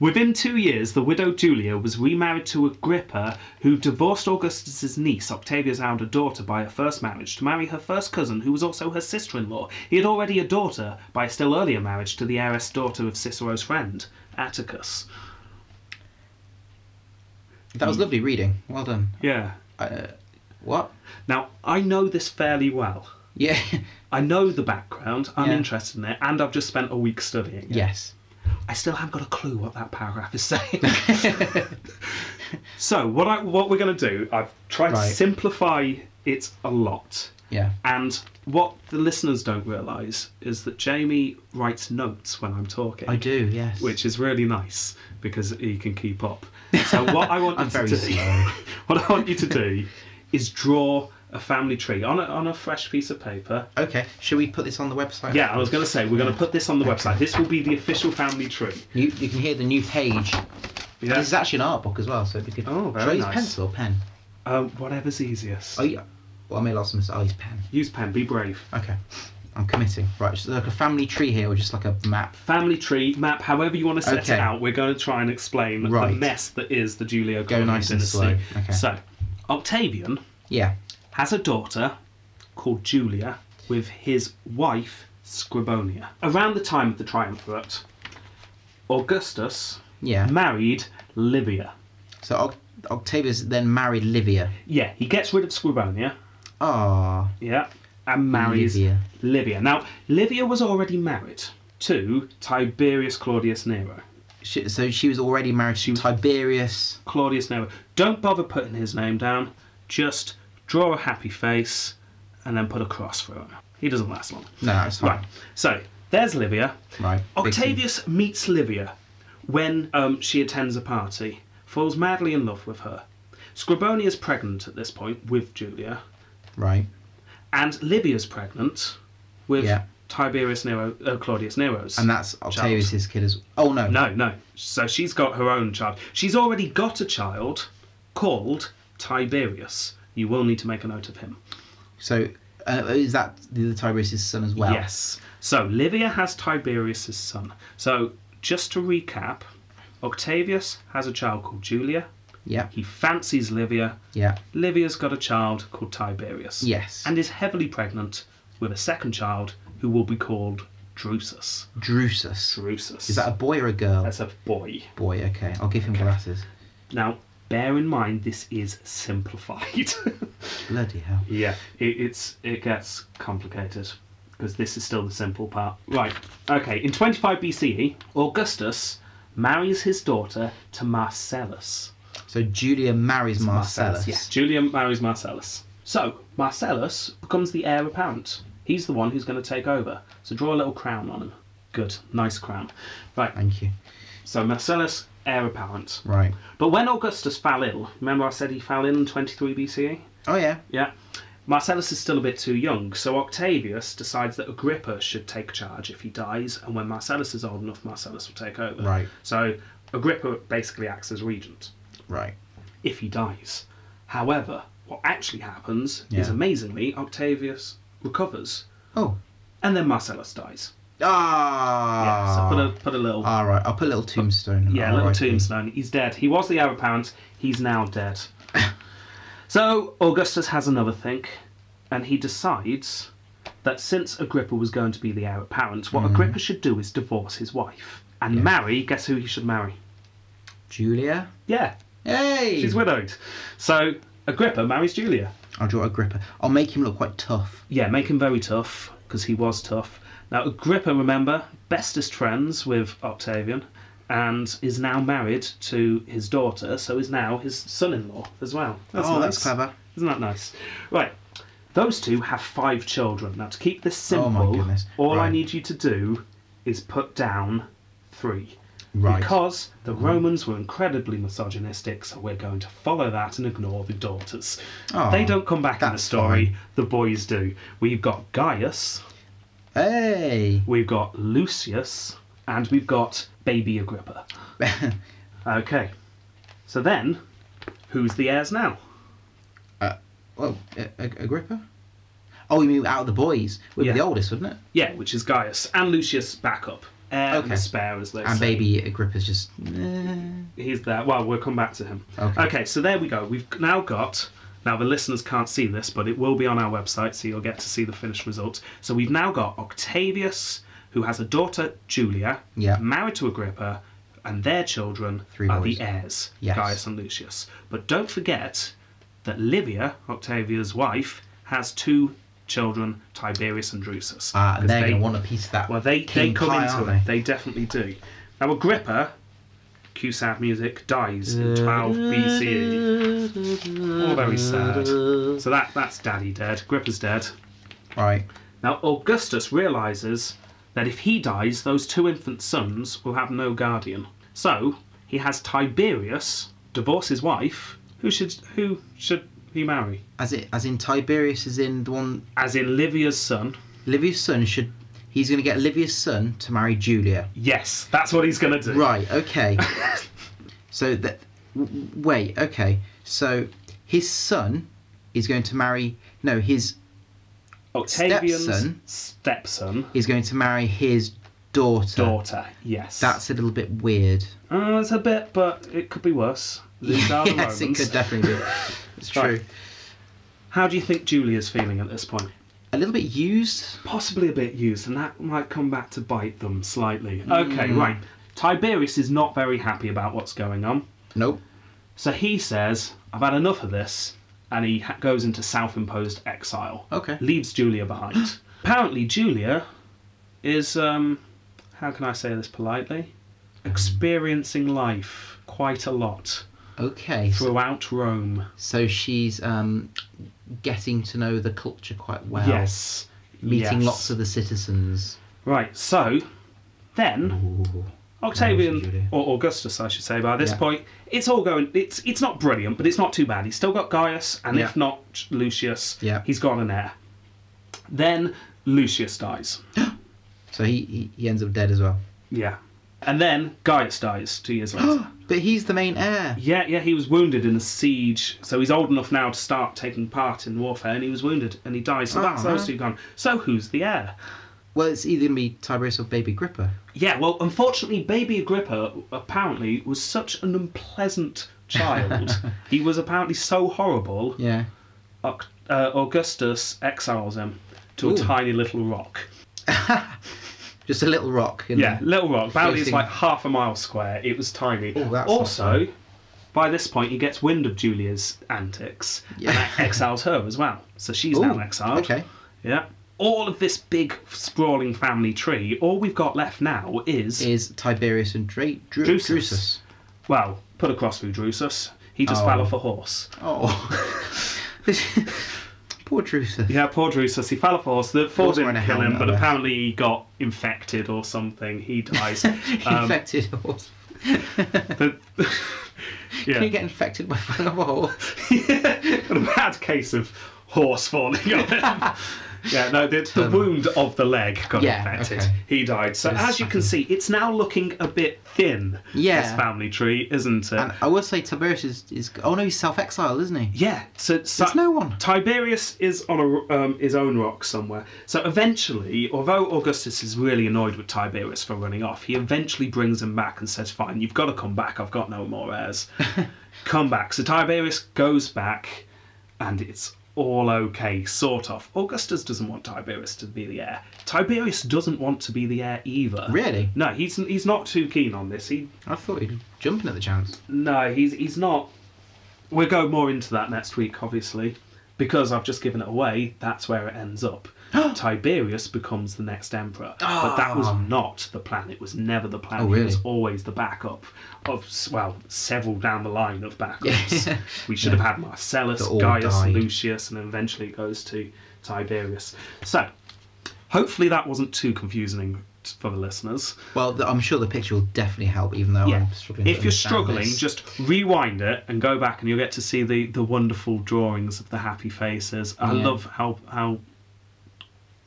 B: Within two years, the widow Julia was remarried to Agrippa, who divorced Augustus's niece, Octavia's elder daughter, by her first marriage, to marry her first cousin, who was also her sister in law. He had already a daughter by a still earlier marriage to the heiress daughter of Cicero's friend, Atticus.
A: That was lovely reading. Well done.
B: Yeah.
A: Uh, what? (laughs)
B: Now, I know this fairly well.
A: Yeah.
B: I know the background, I'm
A: Yeah.
B: interested in it, and I've just spent a week studying it.
A: yes.
B: I still haven't got a clue what that paragraph
A: (laughs)
B: is saying. (laughs) so what I what we're going to do, I've tried
A: Right.
B: to simplify it a lot,
A: Yeah.
B: and what the listeners don't realise is that Jamie writes notes when I'm talking,
A: I do. Yes.
B: which is really nice because he can
A: (laughs)
B: keep up. So what I want
A: I'm
B: you
A: very
B: to do,
A: slow.
B: (laughs) what I want you to do, is draw a family tree on a, on a fresh piece of paper.
A: Okay. Should we put this on the website?
B: Yeah, I was going to say we're going to put this on the website. This will be the official family tree.
A: You, you can hear the new page.
B: Yeah.
A: This is actually an art book as well, so it'd be good.
B: Oh, very
A: Should I use
B: nice.
A: pencil or pen?
B: Um, whatever's easiest.
A: Oh, yeah. Well, I made lots of mistakes. I'll use pen.
B: Use pen, be brave.
A: Okay. I'm committing. Right, so like a family tree here, or just like a map.
B: Family tree, map, however you want to set
A: Okay.
B: it out, we're going to try and explain
A: Right.
B: the mess that is the Julio
A: Go nice and slow. Okay.
B: So, Octavian
A: Yeah.
B: has a daughter called Julia with his wife Scribonia. Around the time of the triumvirate, Augustus
A: Yeah.
B: married Livia.
A: So Oc- Octavius then married Livia.
B: Yeah, he gets rid of Scribonia.
A: Ah.
B: Yeah, and marries
A: Livia.
B: Livia. Now, Livia was already married to Tiberius Claudius Nero.
A: She, so she was already married to Tiberius.
B: Claudius Nero. Don't bother putting his name down. Just draw a happy face and then put a cross through him. He doesn't last long.
A: No, that's fine.
B: Right. So there's Livia.
A: Right. big thing.
B: Octavius meets Livia when um, she attends a party, falls madly in love with her. Scribonia is pregnant at this point with Julia,
A: Right.
B: and Livia's pregnant with
A: Yeah.
B: Tiberius Nero, uh, Claudius Nero's.
A: And that's Octavius's kid as Oh, no.
B: No, no. So she's got her own child. She's already got a child called Tiberius. You will need to make a note of him.
A: So uh, is that the Tiberius's son as well?
B: Yes. So Livia has Tiberius's son. So just to recap, Octavius has a child called Julia.
A: Yeah.
B: He fancies Livia.
A: Yeah.
B: Livia's got a child called Tiberius.
A: Yes.
B: And is heavily pregnant with a second child who will be called Drusus.
A: Drusus.
B: Drusus.
A: Is that a boy or a girl?
B: That's a boy.
A: Boy, okay. I'll give him glasses.
B: Now, bear in mind this is simplified. (laughs)
A: Bloody hell.
B: yeah, it, it's it gets complicated because this is still the simple part. Right. Okay. In 25 BCE, Augustus marries his daughter to Marcellus.
A: So Julia marries Marcellus.
B: Yeah. Julia marries Marcellus. So Marcellus becomes the heir apparent. He's the one who's going to take over. So draw a little crown on him. Good. Nice crown. Right.
A: Thank you.
B: So Marcellus, heir apparent.
A: Right.
B: But when Augustus fell ill, remember I said he fell ill in 23 BCE?
A: Oh, yeah.
B: E? Yeah. Marcellus is still a bit too young, so Octavius decides that Agrippa should take charge if he dies, and when Marcellus is old enough, Marcellus will take over.
A: Right.
B: So Agrippa basically acts as regent
A: Right.
B: if he dies. However, what actually happens
A: Yeah.
B: is amazingly, Octavius recovers,
A: Oh.
B: and then Marcellus dies.
A: Ah.
B: Yeah, so put a, put a little.
A: All right. I'll put a little tombstone. and
B: Yeah, a little
A: RIP.
B: tombstone. He's dead. He was the heir apparent. He's now dead. so Augustus has another think, and he decides that since Agrippa was going to be the heir apparent,
A: Mm-hmm.
B: what Agrippa should do is divorce his wife and marry. Guess who he should marry?
A: Julia.
B: Yeah,
A: Hey.
B: she's widowed. So Agrippa marries Julia.
A: I'll draw Agrippa. I'll make him look quite tough.
B: Yeah, make him very tough because he was tough. Now Agrippa, remember, bestest friends with Octavian. And is now married to his daughter, so is now his son-in-law as well.
A: oh,
B: nice.
A: that's clever.
B: Isn't that nice? Right. Those two have five children. Now, to keep this simple,
A: Oh, my goodness.
B: all I
A: Right.
B: need you to do is put down three.
A: Right. Mm.
B: Because the Romans were incredibly misogynistic, so we're going to follow that and ignore the daughters.
A: Oh,
B: they don't come back in the
A: that's
B: story, the boys do. We've got Gaius,
A: Hey. (laughs)
B: we've got Lucius, and we've got baby Agrippa. Okay. So then, who's the heirs now?
A: well, A- A- Agrippa. Oh, you mean out of the boys? Would be
B: Yeah.
A: the oldest, wouldn't it?
B: Yeah, which is Gaius, and Lucius back up. heir and
A: Okay.
B: the spare, as they
A: And
B: say.
A: baby Agrippa's just. eh.
B: He's there. Well, we'll come back to him.
A: Okay.
B: Okay, so there we go. We've now got. Now, the listeners can't see this, but it will be on our website, so you'll get to see the finished results. So we've now got Octavius, who has a daughter, Julia,
A: Yeah.
B: married to Agrippa, and their children
A: Three
B: are
A: boys.
B: the heirs,
A: Yes.
B: Gaius and Lucius. But don't forget that Livia, Octavia's wife, has two children, Tiberius and Drusus.
A: Ah, and
B: 'Cause
A: they're
B: they-
A: going to want a piece of that.
B: well, they, they
A: king
B: come
A: pie,
B: into
A: aren't
B: it. They definitely do. Now, Agrippa, cue sad music, dies
A: Uh,
B: in 12 BCE. All E. Oh, very sad. So that, that's daddy dead. Agrippa's dead.
A: Right.
B: Now, Augustus realises that if he dies, those two infant sons will have no guardian. So he has Tiberius divorce his wife. Who should who should he marry?
A: As it as in Tiberius is in the one
B: As in Livia's son.
A: Livius' son should he's going to get Livius' son to marry Julia.
B: Yes, that's what he's gonna do.
A: Right.
B: (laughs)
A: Okay. so that w- wait. Okay. So his son is going to marry no his
B: Octavian's
A: Stepson.
B: stepson
A: is going to marry his daughter.
B: daughter. Yes.
A: That's a little bit weird.
B: Uh, it's a bit, but it could be worse.
A: (laughs)
B: These are the
A: yes, it
B: Romans.
A: could definitely
B: (laughs)
A: be. It's true.
B: Right. How do you think Julia's feeling at this point?
A: A little bit used.
B: Possibly a bit used, and that might come back to bite them slightly. Okay,
A: Mm.
B: right. Tiberius is not very happy about what's going on,
A: Nope.
B: so he says, "I've had enough of this," and he ha- goes into self-imposed exile.
A: Okay.
B: Leaves Julia
A: (gasps)
B: behind. Apparently, Julia is um, how can I say this politely? Experiencing life quite a lot
A: Okay. So,
B: throughout Rome.
A: so she's um, getting to know the culture quite well.
B: Yes.
A: Meeting
B: Yes.
A: lots of the citizens.
B: Right, so then
A: Nice,
B: Octavian
A: Julia.
B: or Augustus, I should say, by this
A: Yeah.
B: point, it's all going. It's it's not brilliant, but it's not too bad. He's still got Gaius, and if
A: Yeah.
B: not Lucius,
A: Yeah.
B: he's got an heir. Then Lucius dies.
A: So he, he he ends up dead as well. (gasps)
B: Yeah, and then Gaius dies two
A: (gasps)
B: years later.
A: but he's the main heir.
B: yeah, yeah, he was wounded in a siege, so he's old enough now to start taking part in warfare, and he was wounded and he dies. So
A: Oh,
B: that's those
A: man.
B: two gone. So who's the heir?
A: Well, it's either gonna be Tiberius or Baby Gripper.
B: Yeah, well, unfortunately, baby Agrippa apparently was such an unpleasant child.
A: (laughs)
B: he was apparently so horrible.
A: Yeah.
B: Oc- uh, Augustus exiles him to a
A: Ooh.
B: tiny little rock.
A: Just a little rock. In
B: Yeah, little rock. Valley is
A: Floating.
B: like half a mile square. It was tiny.
A: Mm. Oh, that's
B: also,
A: not
B: by this point, he gets wind of Julia's antics
A: Yeah.
B: and (laughs) exiles her as well. So she's
A: Ooh,
B: now exiled.
A: Okay.
B: Yeah. All of this big, sprawling family tree, all we've got left now is,
A: Is Tiberius and Dra- Dru-
B: Drusus.
A: Drusus.
B: well, put across through Drusus. He just
A: Oh.
B: fell off a horse. (laughs)
A: Oh. (laughs) Poor Drusus.
B: Yeah, poor Drusus. He fell off a horse. The four
A: was wearing
B: didn't
A: a
B: kill him,
A: helmet,
B: but
A: I bet.
B: apparently he got infected or something.
A: (laughs)
B: He dies. Um,
A: infected horse.
B: the, (laughs) yeah.
A: Can you get infected by (laughs) falling off a horse?
B: (laughs) a bad case of horse falling on
A: (laughs)
B: him. yeah, no, the, the wound of the leg got
A: Um, Yeah,
B: infected.
A: okay.
B: He died. So
A: It's-
B: as you can see, it's now looking a bit thin.
A: Yeah.
B: This family tree, isn't it?
A: And I will say Tiberius is, is oh no, he's self-exiled, isn't he?
B: yeah. So, so
A: There's no one.
B: Tiberius is on a, um, his own rock somewhere. So eventually, although Augustus is really annoyed with Tiberius for running off, he eventually brings him back and says, Fine, you've got to come back. I've got no
A: (laughs)
B: more heirs. come back. So Tiberius goes back and it's all okay, sort of. Augustus doesn't want Tiberius to be the heir. Tiberius doesn't want to be the heir either.
A: Really?
B: No, he's, he's not too keen on this. He
A: I thought he'd jumping at the chance.
B: no, he's he's not. We'll go more into that next week, obviously, because I've just given it away. That's where it ends
A: (gasps)
B: up. Tiberius becomes the next emperor, but that was
A: Oh, Ah.
B: not the plan. It was never the plan.
A: Oh,
B: It was
A: really?
B: always the backup of s- well, several down the line of backups.
A: Yeah.
B: (laughs) We should have had Marcellus,
A: That all
B: Gaius,
A: died.
B: Lucius, and eventually it goes to Tiberius. So, hopefully, that wasn't too confusing t- for the listeners.
A: Well, th- I'm sure the picture will definitely help, even though
B: Yeah.
A: I'm struggling. to
B: If you're
A: understand
B: struggling,
A: this.
B: just rewind it and go back, and you'll get to see the, the wonderful drawings of the happy faces. I
A: Yeah.
B: love how how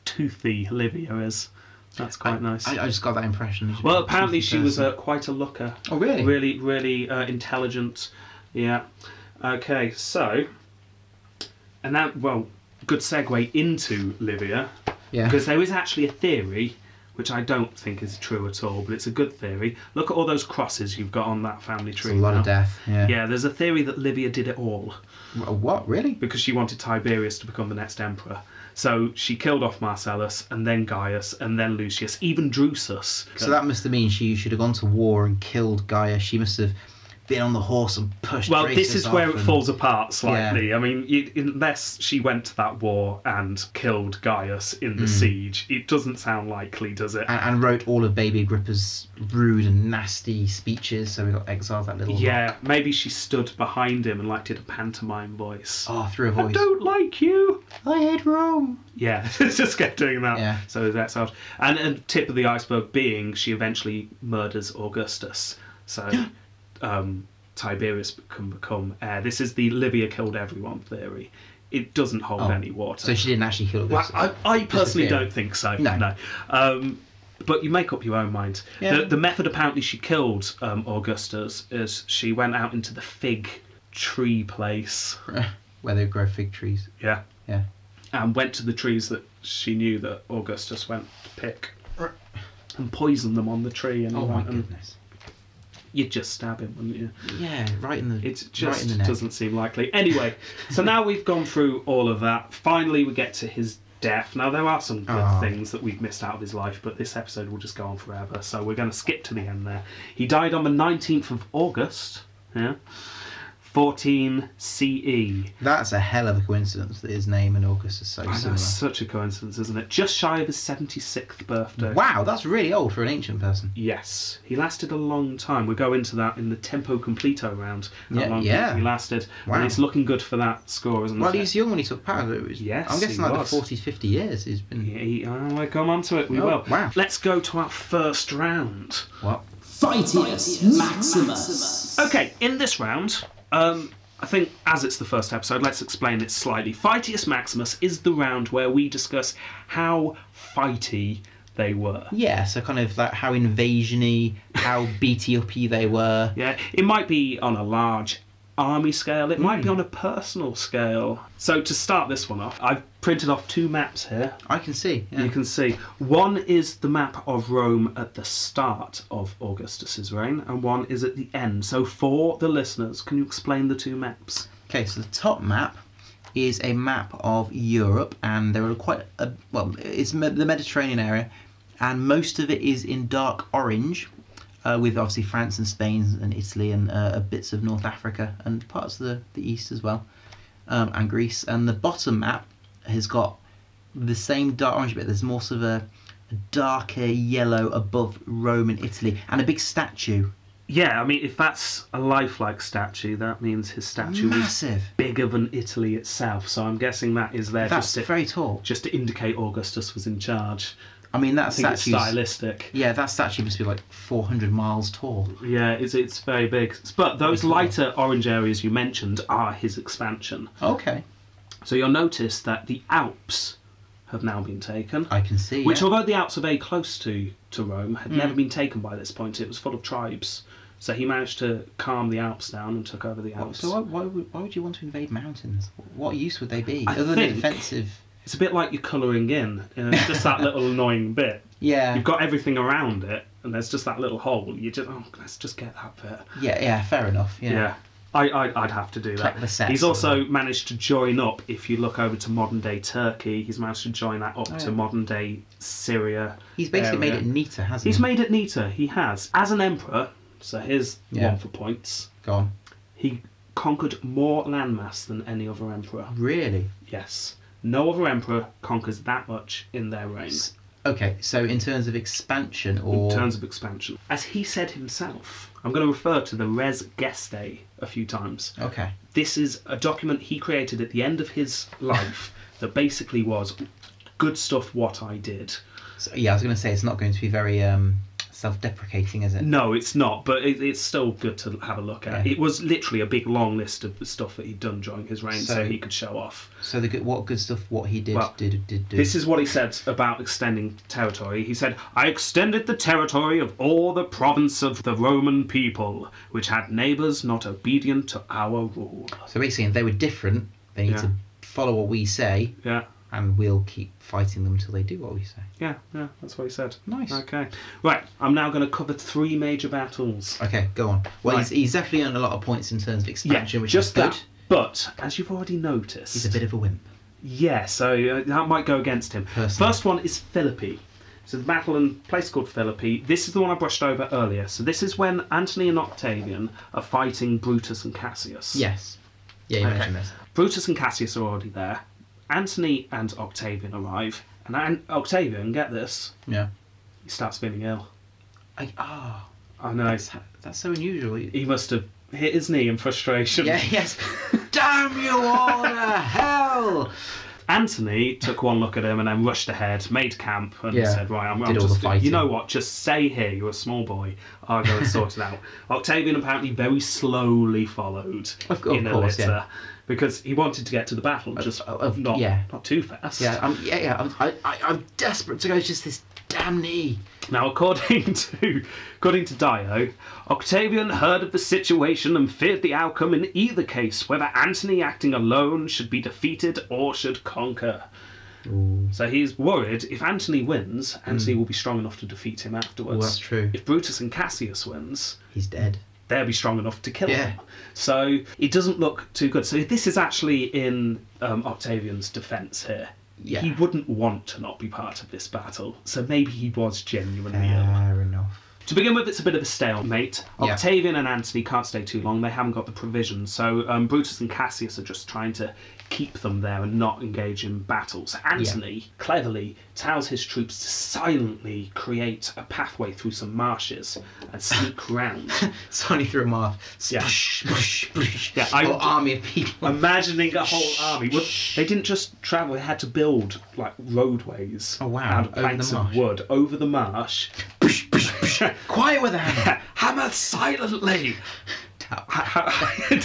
B: toothy Livia is. That's quite
A: I,
B: nice.
A: I, I just got that impression.
B: well, apparently she was uh, quite a looker.
A: Oh, really?
B: Really, really uh, intelligent. Yeah. Okay, so and that well, good segue into Livia
A: yeah. (laughs)
B: because there is actually a theory which I don't think is true at all, but it's a good theory. Look at all those crosses you've got on that family
A: It's a
B: tree.
A: lot
B: now.
A: of death. Yeah.
B: Yeah, there's a theory that Livia did it all
A: Wh- What really?
B: because she wanted Tiberius to become the next emperor. So she killed off Marcellus and then Gaius and then Lucius, even Drusus.
A: So that must have mean she should have gone to war and killed Gaia. She must have been on the horse and pushed.
B: well, this
A: Drusus
B: is where
A: off
B: it
A: and-
B: falls apart slightly. I mean, you, unless she went to that war and killed Gaius in
A: Hmm.
B: the siege, it doesn't sound likely, does it?
A: And, and wrote all of Baby Agrippa's rude and nasty speeches. So we got exiled that little.
B: yeah, maybe she stood behind him and like did a pantomime voice.
A: Oh, through a
B: I
A: voice.
B: don't like you.
A: I hate Rome.
B: Yeah, (laughs) just kept doing that.
A: Yeah.
B: So that's out. And, and tip of the iceberg being she eventually murders Augustus.
A: (gasps)
B: So um, Tiberius can become heir. This is the Livia killed everyone theory. It doesn't hold
A: Oh.
B: any water.
A: So she didn't actually kill
B: Well,
A: Augustus.
B: I, I personally
A: theory.
B: don't think so.
A: No.
B: Um, but you make up your own mind.
A: Yeah.
B: The, the method apparently she killed um, Augustus is she went out into the fig tree place.
A: (laughs) Where they grow fig trees.
B: Yeah.
A: Yeah.
B: And went to the trees that she knew that Augustus went to pick. And poisoned them on the tree, and, he
A: Oh my
B: went and
A: goodness.
B: you'd just stab him, wouldn't you?
A: Yeah, right in the.
B: It
A: right in the
B: just
A: neck.
B: doesn't seem likely. Anyway, so now we've gone through all of that. Finally, we get to his death. Now, there are some good
A: Ah.
B: things that we've missed out of his life, but this episode will just go on forever. So we're going to skip to the end there. He died on the 19th of August, yeah, E. 14 CE.
A: That's a hell of a coincidence that his name and August is Oh, so
B: I know,
A: similar.
B: it's such a coincidence, isn't it? Just shy of his 76th birthday.
A: Wow, that's really old for an ancient person.
B: Yes, he lasted a long time. We go into that in the tempo completo round. How
A: Yeah,
B: long
A: yeah.
B: he lasted,
A: Wow.
B: and it's looking good for that score, isn't
A: Well,
B: it?
A: he was young when he took power. It was,
B: Yes,
A: I'm guessing
B: he
A: like
B: was.
A: the 40s, 50 years he's been.
B: Yeah, he- oh, we'll come on to it. We
A: Oh,
B: will.
A: wow.
B: Let's go to our first round.
A: What?
C: Fightius Maximus.
B: Okay, in this round, um, I think as it's the first episode, let's explain it slightly. Fightius Maximus is the round where we discuss how fighty they were.
A: Yeah, so kind of like how invasion-y, (laughs) how beaty uppy they were.
B: Yeah, it might be on a large army scale, it might be
A: Hmm.
B: on a personal scale. So to start this one off, I've printed off two maps here.
A: I can see. Yeah.
B: You can see one is the map of Rome at the start of Augustus's reign, and one is at the end. So, for the listeners, can you explain the two maps?
A: Okay, so the top map is a map of Europe, and there are quite a well, it's me- the Mediterranean area, and most of it is in dark orange, uh, with obviously France and Spain and Italy and uh, bits of North Africa and parts of the, the east as well, um, and Greece. And the bottom map has got the same dark orange bit. There's more sort of a darker yellow above Rome and Italy, and a big statue,
B: Yeah, I mean, if that's a lifelike statue, that means his statue was
A: massive.
B: bigger than Italy itself. So, I'm guessing that is there
A: That's
B: just to,
A: very tall.
B: just to indicate Augustus was in charge.
A: I mean, that
B: I think it's
A: statue's
B: stylistic.
A: Yeah, that statue must be like 400 miles tall.
B: Yeah, it's, it's very big. But those
A: cool.
B: lighter orange areas you mentioned are his expansion.
A: Okay.
B: So you'll notice that the Alps have now been taken,
A: I can see.
B: which,
A: yeah. Mm.
B: although the Alps are very close to, to Rome, had never been taken by this point. It was full of tribes. So he managed to calm the Alps down and took over the Alps.
A: So why, why, would, why would you want to invade mountains? What use would they be
B: I
A: other
B: think-
A: than offensive?
B: It's a bit like you're colouring in. You know, it's
A: (laughs)
B: just that little annoying bit.
A: Yeah,
B: You've got everything around it, and there's just that little hole. You just, oh, let's just get that bit.
A: yeah, yeah. Fair enough. Yeah.
B: Yeah. I, I, I'd have to do
A: Check
B: that.
A: the sets
B: he's
A: or
B: also managed to join up, if you look over to modern day Turkey, he's managed to join that up
A: Oh, yeah.
B: to modern day Syria.
A: He's basically
B: area.
A: made it neater, hasn't
B: He's
A: he?
B: made it neater. He has. As an emperor, so here's
A: Yeah.
B: one for points.
A: Gone.
B: He conquered more landmass than any other emperor.
A: Really?
B: Yes. No other emperor conquers that much in their reign
A: Okay. So in terms of expansion,
B: in
A: or
B: terms of expansion. As he said himself, I'm going to refer to the Res Gestae a few times.
A: okay,
B: This is a document he created at the end of his life that basically was good stuff what I did.
A: so, yeah, I was going to say it's not going to be very um, self-deprecating, is it?
B: No, it's not, but it, it's still good to have a look at.
A: Yeah.
B: It was literally a big long list of the stuff that he'd done during his reign so,
A: So-
B: he could show off.
A: So the good, what good stuff, what he did,
B: Well,
A: did, did do.
B: This is what he said about extending territory. He said, I extended the territory of all the province of the Roman people, which had neighbours not obedient to our rule.
A: So basically, if they were different, they need
B: Yeah.
A: to follow what we say
B: Yeah.
A: and we'll keep fighting them till they do what we say.
B: Yeah, yeah, that's what he said.
A: Nice.
B: Okay. Right, I'm now going to cover three major battles.
A: Okay, go on. Well,
B: Right.
A: he's, he's definitely earned a lot of points in terms of expansion, which
B: just
A: is good.
B: that. But as you've already noticed,
A: He's a bit of a wimp.
B: Yeah, so uh, that might go against him.
A: Personally.
B: First one is Philippi. So the battle in a place called Philippi. This is the one I brushed over earlier. So this is when Antony and Octavian are fighting Brutus and Cassius.
A: Yes. Yeah, you
B: Okay.
A: mentioned this.
B: Brutus and Cassius are already there. Antony and Octavian arrive, and An- Octavian, get this,
A: Yeah.
B: he starts feeling ill.
A: I, ah,
B: I know.
A: that's, that's so unusual.
B: He must have hit his knee in frustration.
A: Yeah, (laughs) yes. Damn you all to hell!
B: Antony took one look at him and then rushed ahead, made camp, and
A: Yeah.
B: said, "Right, I'm, I'm
A: Did all the
B: just you
A: fighting.
B: know what? Just stay here. You're a small boy. I'll go and sort
A: (laughs)
B: it out." Octavian apparently very slowly followed
A: Of co- of
B: in a
A: course,
B: litter
A: yeah.
B: because he wanted to get to the battle, just
A: of- of-
B: not
A: yeah.
B: not too fast.
A: Yeah, I'm, yeah, yeah. I'm, I, I, I'm desperate to go. It's just this damn knee.
B: Now, according (laughs) to according to Dio, Octavian heard of the situation and feared the outcome in either case, whether Antony acting alone should be defeated or should conquer. So he's worried if Antony wins, Antony will be strong enough to defeat him afterwards.
A: Well, Hmm. that's true.
B: If Brutus and Cassius wins,
A: He's dead.
B: they'll be strong enough to kill
A: Yeah.
B: him. So it doesn't look too good. So this is actually in um, Octavian's defence here.
A: Yeah.
B: He wouldn't want to not be part of this battle, so maybe he was genuinely ill.
A: Fair enough.
B: To begin with, it's a bit of a stalemate.
A: Yeah.
B: Octavian and Antony can't stay too long, they haven't got the provisions, so um, Brutus and Cassius are just trying to keep them there and not engage in battle. So Antony cleverly tells his troops to silently create a pathway through some marshes and
A: (laughs)
B: sneak round.
A: Suddenly through a mark.
B: Yeah.
A: Splish, splish, splish.
B: Yeah, I-
A: Whole army of people.
B: Imagining a whole army. Well, they didn't just travel, they had to build like roadways
A: Oh, wow.
B: out of
A: Over the
B: planks of
A: marsh.
B: wood over the marsh.
A: Push, push, push. (laughs) Quiet with a (laughs) hammer.
B: Hammer silently!
A: Tap.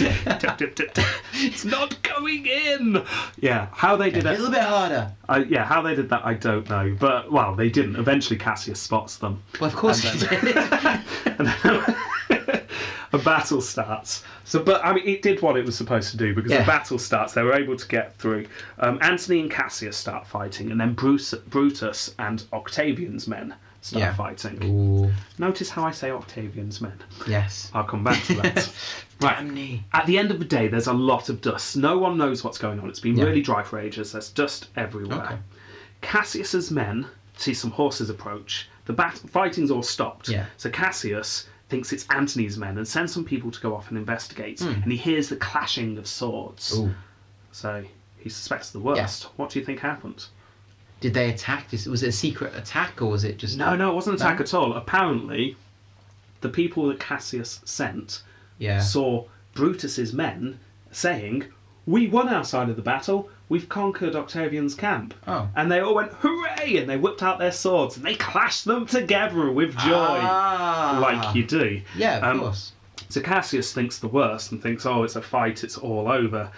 B: (laughs) it's not going in. Yeah, how they did
A: A
B: it.
A: little bit harder.
B: I, yeah, how they did that, I don't know. But well, they didn't. Eventually, Cassius spots them,
A: Well, of course
B: And
A: you did.
B: (laughs) and then a battle starts. So, but I mean, it did what it was supposed to do because the
A: Yeah.
B: battle starts. They were able to get through. Um, Antony and Cassius start fighting, and then Bruce, Brutus and Octavian's men start
A: Yeah.
B: fighting.
A: Ooh.
B: Notice how I say Octavian's men.
A: Yes.
B: I'll come back to
A: (laughs)
B: that. right.
A: Damn knee.
B: At the end of the day, there's a lot of dust. No one knows what's going on. It's been
A: Yeah.
B: really dry for ages. There's dust everywhere.
A: Okay.
B: Cassius's men see some horses approach. The bat- fighting's all stopped.
A: Yeah.
B: So Cassius thinks it's Antony's men and sends some people to go off and investigate. And he hears the clashing of swords.
A: Hmm. Ooh.
B: So he suspects the worst. What do you think happened?
A: Did they attack? Is- Was it a secret attack or was it just.
B: No, no, it wasn't an attack
A: No?
B: at all. Apparently, the people that Cassius sent
A: Yeah.
B: saw Brutus's men saying, "We won our side of the battle. We've conquered Octavian's camp."
A: Oh.
B: And they all went hooray! And they whipped out their swords and they clashed them together with joy,
A: Ah.
B: like you do.
A: Yeah, of
B: Um,
A: course.
B: So Cassius thinks the worst and thinks, "Oh, it's a fight. It's all over."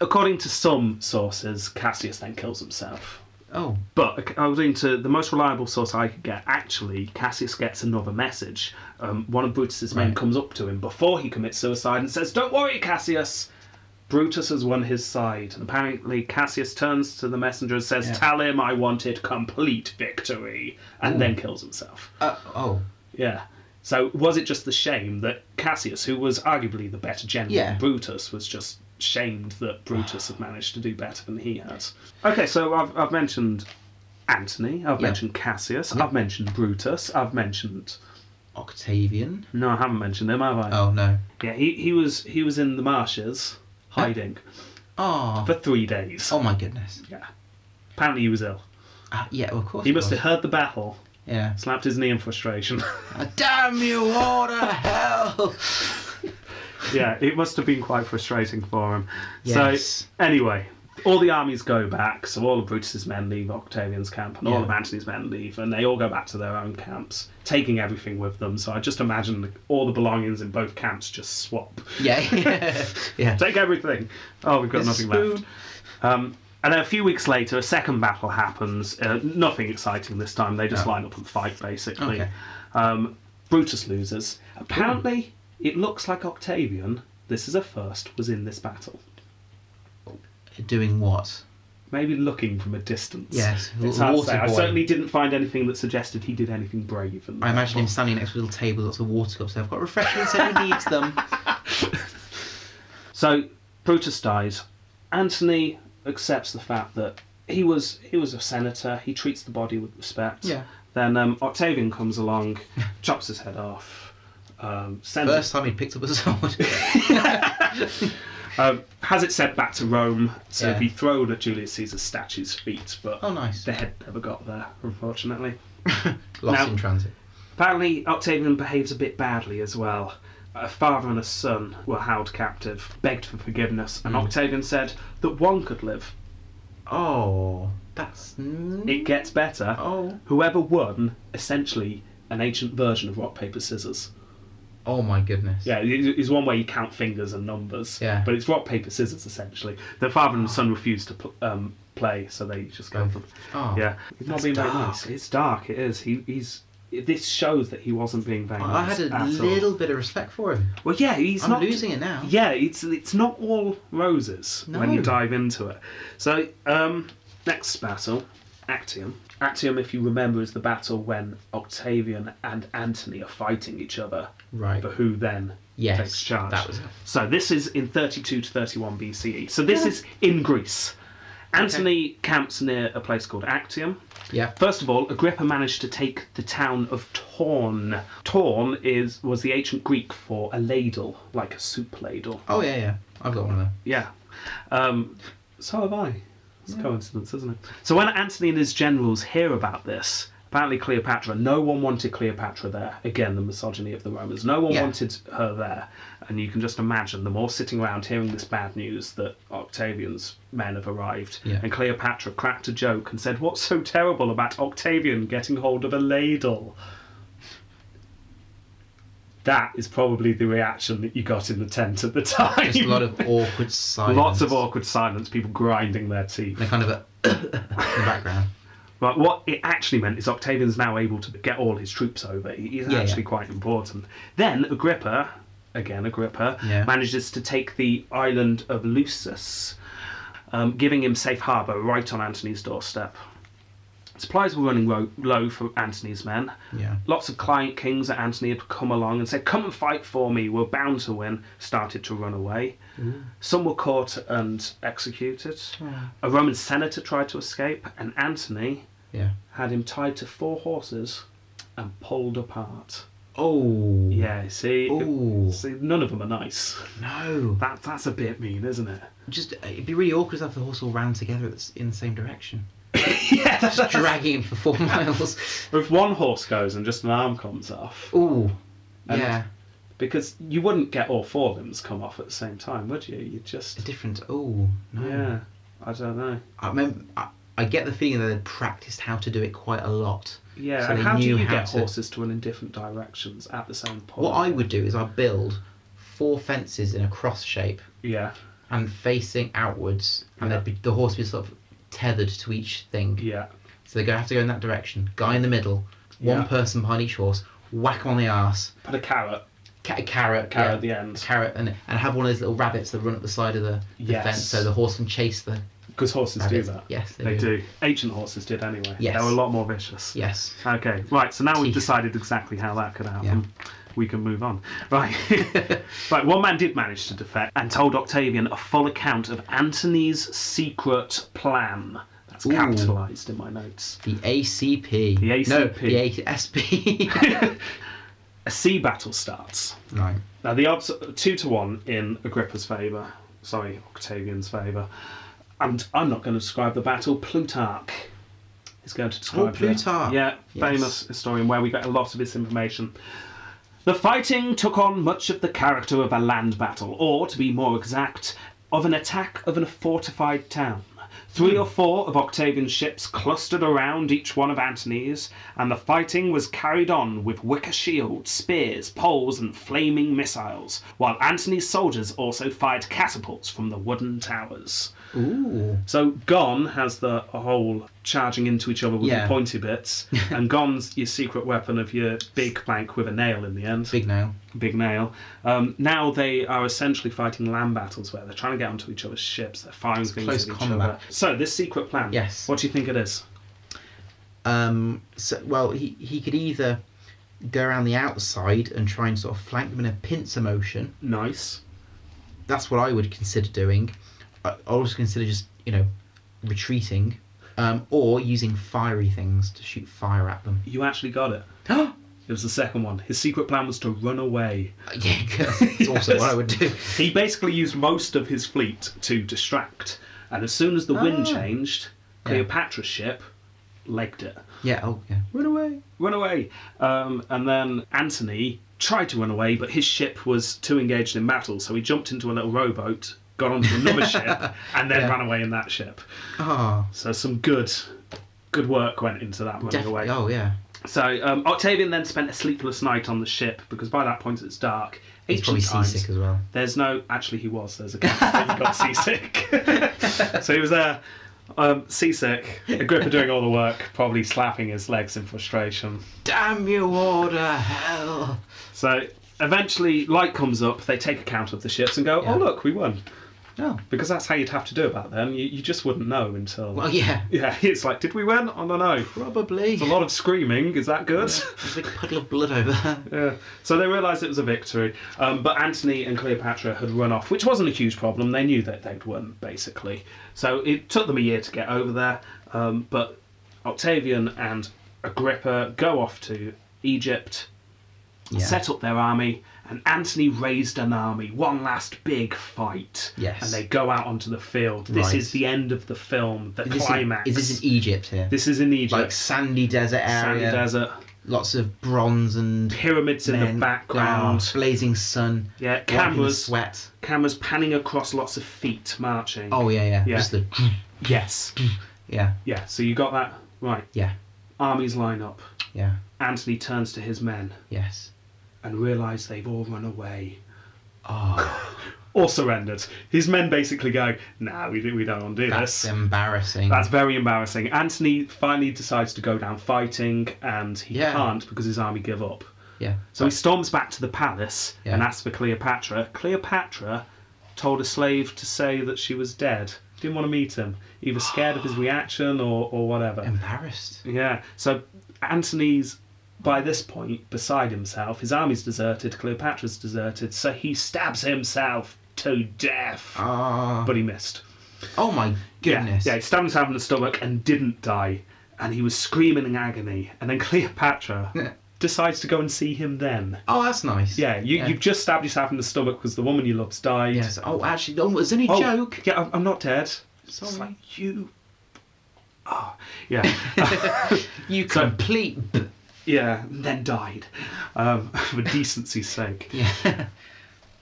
B: According to some sources, Cassius then kills himself.
A: Oh.
B: But according to the most reliable source I could get, actually, Cassius gets another message. Um, one of Brutus's men
A: Right.
B: comes up to him before he commits suicide and says, "Don't worry, Cassius. Brutus has won his side." And apparently, Cassius turns to the messenger and says,
A: Yeah.
B: "Tell him I wanted complete victory," and
A: Ooh.
B: then kills himself.
A: Uh, oh.
B: Yeah. So was it just the shame that Cassius, who was arguably the better general,
A: Yeah.
B: than Brutus, was just shamed that Brutus had managed to do better than he has? Okay, so I've, I've mentioned Antony, I've
A: Yeah.
B: mentioned Cassius, I've mentioned Brutus, I've mentioned
A: Octavian.
B: no, I haven't mentioned him, have I?
A: Oh, no.
B: Yeah, he, he was he was in the marshes hiding
A: Oh.
B: for three days.
A: Oh, my goodness.
B: Yeah. Apparently he was ill.
A: Uh, yeah, well, of course.
B: He
A: it
B: must have
A: was.
B: heard the battle,
A: Yeah.
B: slapped his knee in frustration. (laughs)
A: Uh, damn you all to hell! (laughs)
B: yeah, it must have been quite frustrating for him.
A: Yes.
B: So anyway, all the armies go back. So all of Brutus's men leave Octavian's camp, and all
A: Yeah.
B: of Antony's men leave, and they all go back to their own camps, taking everything with them. So I just imagine the, all the belongings in both camps just swap.
A: Yeah. (laughs) yeah.
B: Take everything. Oh, we've got
A: There's a
B: nothing left.
A: spoon.
B: Um, and then a few weeks later, a second battle happens. Uh, nothing exciting this time. They just
A: No.
B: line up and fight, basically.
A: Okay.
B: Um, Brutus loses. Apparently, it looks like Octavian. This is a first. Was in this battle.
A: Doing what?
B: Maybe looking from a distance.
A: Yes,
B: It's
A: a
B: hard to
A: water
B: say. I
A: boy.
B: certainly didn't find anything that suggested he did anything brave. And
A: I imagine him standing next to a little table that's a water cup, so I've got refreshments if he needs
B: (laughs)
A: them.
B: So Brutus dies. Anthony accepts the fact that he was he was a senator. He treats the body with respect.
A: Yeah.
B: Then um, Octavian comes along,
A: (laughs)
B: chops his head off, um, sends
A: First time he picked up a sword. (laughs)
B: it, um, has it sent back to Rome to
A: Yeah.
B: be thrown at Julius Caesar's statue's feet, but
A: Oh, nice.
B: the head never got there, unfortunately.
A: Lost
B: Now-
A: in transit.
B: Apparently, Octavian behaves a bit badly as well. A father and a son were held captive, begged for forgiveness,
A: Hmm.
B: and Octavian said that one could live.
A: Oh, that's.
B: It gets better.
A: Hmm. Oh.
B: Whoever won, essentially, an ancient version of rock paper scissors.
A: Oh my goodness.
B: Yeah, it- it's one way you count fingers and numbers.
A: Yeah.
B: But it's rock paper scissors essentially. The father and son refuse to pl- um, play, so they just go. For,
A: Oh.
B: yeah, he's not
A: That's
B: being very
A: dark.
B: nice. It's dark. It is. He, he's. This shows that he wasn't being very
A: I
B: nice.
A: had a
B: at all.
A: little bit of respect for him.
B: Well, yeah, he's
A: I'm
B: not
A: losing it now.
B: Yeah, it's it's not all roses when
A: No.
B: you dive into it. So, um, next battle, Actium. Actium, if you remember, is the battle when Octavian and Antony are fighting each other
A: Right.
B: for who then
A: Yes,
B: takes charge.
A: that was it.
B: So this is in 32 to 31 BCE. E. So this is in Greece. Antony camps near a place called Actium.
A: Yeah.
B: First of all, Agrippa managed to take the town of Torn. Torn is was the ancient Greek for a ladle, like a soup ladle.
A: Oh yeah, yeah. I've got one of them.
B: Yeah. Um, so have I. It's a coincidence, isn't it? So when Antony and his generals hear about this, apparently Cleopatra, no one wanted Cleopatra there. Again, the misogyny of the Romans. No one
A: Yeah.
B: wanted her there. And you can just imagine them all sitting around hearing this bad news that Octavian's men have arrived.
A: Yeah.
B: And Cleopatra cracked a joke and said, What's so terrible about Octavian getting hold of a ladle? That is probably the reaction that you got in the tent at the time.
A: Just a lot
B: (laughs)
A: of awkward silence.
B: Lots of awkward silence, people grinding their teeth.
A: And a kind of a (coughs) in the background.
B: But what it actually meant is Octavian's now able to get all his troops over. He- He's
A: Yeah,
B: actually
A: yeah.
B: quite important. Then Agrippa, again Agrippa,
A: Yeah.
B: manages to take the island of Lusus, um, giving him safe harbour right on Antony's doorstep. Supplies were running ro- low for Antony's men.
A: Yeah.
B: Lots of client kings that Antony had come along and said, Come and fight for me, we're bound to win, started to run away. Some were caught and executed. A Roman senator tried to escape, and Antony
A: Yeah.
B: had him tied to four horses and pulled apart.
A: Oh.
B: Yeah, see,
A: Ooh.
B: see none of them are nice.
A: No.
B: That, that's a bit mean, isn't it?
A: Just it'd be really awkward to have the horse all ran together at the- in the same direction,
B: yeah, that's,
A: just dragging him for four (laughs) miles.
B: (laughs) If one horse goes and just an arm comes off,
A: Ooh.
B: And-
A: Yeah.
B: because you wouldn't get all four limbs come off at the same time, would you? You'd
A: A
B: just.
A: different. Oh no.
B: Yeah, I don't know.
A: I remember. I, I get the feeling that they practiced how to do it quite a lot.
B: Yeah,
A: So
B: and
A: they
B: how do
A: knew
B: you
A: how
B: get
A: to-
B: horses to run in different directions at the same point?
A: What I would do is I build four fences in a cross shape
B: Yeah,
A: and facing outwards, and they'd be, the horse would be sort of tethered to each thing.
B: yeah.
A: So they're going to have to go in that direction. Guy in the middle, one
B: Yeah.
A: person behind each horse, whack 'em on the arse,
B: Put a carrot.
A: ca- a carrot,
B: Carrot
A: yeah,
B: at the end.
A: a carrot, and and have one of those little rabbits that run up the side of the, the
B: Yes.
A: fence so the horse can chase the
B: Because horses do
A: rabbits.
B: that.
A: Yes, they,
B: They
A: do.
B: do. Ancient horses did anyway.
A: Yes.
B: They were a lot more vicious.
A: Yes.
B: Okay, right, so now we've
A: Teeth.
B: decided exactly how that could happen. We can move on.
A: (laughs)
B: Right. right, one man did manage to defect and told Octavian a full account of Antony's secret plan. That's
A: Ooh.
B: capitalised in my notes.
A: The ACP.
B: The
A: No,
B: ACP.
A: the ASP.
B: A sea battle starts.
A: (laughs) right.
B: Now the odds are two to one in Agrippa's favour. Sorry, Octavian's favour. And I'm not going to describe the battle. Plutarch is going to describe the-
A: Oh, Plutarch.
B: yeah,
A: Yes.
B: famous historian where we get a lot of this information. The fighting took on much of the character of a land battle, or to be more exact, of an attack of a fortified town. Three or four of Octavian's ships clustered around each one of Antony's, and the fighting was carried on with wicker shields, spears, poles, and flaming missiles, while Antony's soldiers also fired catapults from the wooden towers.
A: Ooh.
B: So Gon has the whole charging into each other with
A: Yeah.
B: the
A: (laughs)
B: pointy bits, and Gon's your secret weapon of your big plank with a nail in the end, big,
A: Big nail.
B: nail. Um, now they are essentially fighting land battles where they're trying to get onto each other's ships, they're firing things
A: Close
B: at each
A: combat.
B: other. So this secret plan.
A: Yes.
B: What do you think it is?
A: Um, so, well, he, he could either go around the outside and try and sort of flank them in a pincer motion.
B: Nice.
A: That's what I would consider doing. I I also consider just, you know, retreating. Um, or using fiery things to shoot fire at
B: (gasps)
A: them. Uh,
B: You actually got it. It was the second one. His secret plan was to run away.
A: Yeah, (laughs) that's also what I would do.
B: He basically used most of his fleet to distract, and as soon as the wind
A: Ah.
B: changed, Cleopatra's ship legged it.
A: Yeah, oh, yeah.
B: Run away! Run away! Um, and then Antony tried to run away, but his ship was too engaged in battle, so he jumped into a little rowboat, got
A: (laughs)
B: onto another ship, and then
A: Yeah.
B: ran away in that ship.
A: Oh,
B: So some good, good work went into that running away.
A: definitely. Oh, yeah.
B: So um, Octavian then spent a sleepless night on the ship because by that point it's dark.
A: He's probably
B: Ancient times,
A: seasick as well.
B: There's no. Actually, he was. There's a case that he got seasick. (laughs) so he was there, um,
A: (laughs)
B: seasick. Agrippa doing all the work, probably slapping his legs in frustration.
A: Damn you, order hell!
B: So eventually, light comes up. They take account of the ships and go,
A: Yeah.
B: "Oh look, we won."
A: Oh,
B: Because that's how you'd have to do it back then. You, you just wouldn't know until.
A: well, yeah,
B: (laughs) yeah, it's like, did we win? I don't know.
A: probably.
B: It's a lot of screaming. Is that good?
A: There's a big puddle of blood over there.
B: Yeah. So they realised it was a victory, um, but Antony and Cleopatra had run off, which wasn't a huge problem. They knew that they'd won, basically. So it took them a year to get over there, um, but Octavian and Agrippa go off to Egypt,
A: Yeah.
B: (laughs) set up their army, and Antony raised an army. One last big fight.
A: Yes.
B: And they go out onto the field. This
A: Right.
B: is the end of the film, the
A: Is this in-
B: climax.
A: is this in Egypt here?
B: This is in Egypt.
A: like sandy desert
B: Sandy
A: area,
B: desert,
A: lots of bronze and
B: pyramids in
A: men-
B: the background.
A: Ah, blazing sun,
B: Yeah,
A: wiping the
B: cameras.
A: sweat.
B: cameras panning across lots of feet marching.
A: Oh yeah, yeah,
B: Yeah.
A: just the (clears throat)
B: yes.
A: yeah,
B: Yeah, so you got that right.
A: yeah,
B: Armies line up.
A: yeah,
B: Antony turns to his men
A: yes.
B: and realises they've all run away.
A: Oh,
B: (laughs) Or surrendered. His men basically go, nah, we, do- we don't want to do
A: that's
B: this.
A: embarrassing.
B: That's very embarrassing. Antony finally decides to go down fighting and he
A: Yeah.
B: can't because his army give up.
A: yeah,
B: So he storms back to the palace
A: Yeah.
B: and asks for Cleopatra. Cleopatra told a slave to say that she was dead. Didn't want to meet him. He was
A: (gasps)
B: scared of his reaction or, or whatever.
A: embarrassed.
B: Yeah. So Antony's by this point beside himself. His army's deserted. Cleopatra's deserted. So he stabs himself to death.
A: Ah,
B: But he missed.
A: oh my goodness.
B: Yeah, yeah, he stabbed himself in the stomach and didn't die. And he was screaming in agony. And then (laughs) Cleopatra decides to go and see him then.
A: Oh, that's nice.
B: Yeah, you,
A: Yeah.
B: you've just stabbed yourself in the stomach because the woman you love's died.
A: Yes. Oh, actually, no, it was only a
B: Oh,
A: joke.
B: Yeah, I'm, I'm not dead.
A: Sorry.
B: It's like you. Oh,
A: (laughs)
B: yeah,
A: You
B: So-
A: complete. B- (laughs)
B: yeah. and Then died, um, (laughs) for decency's sake.
A: yeah.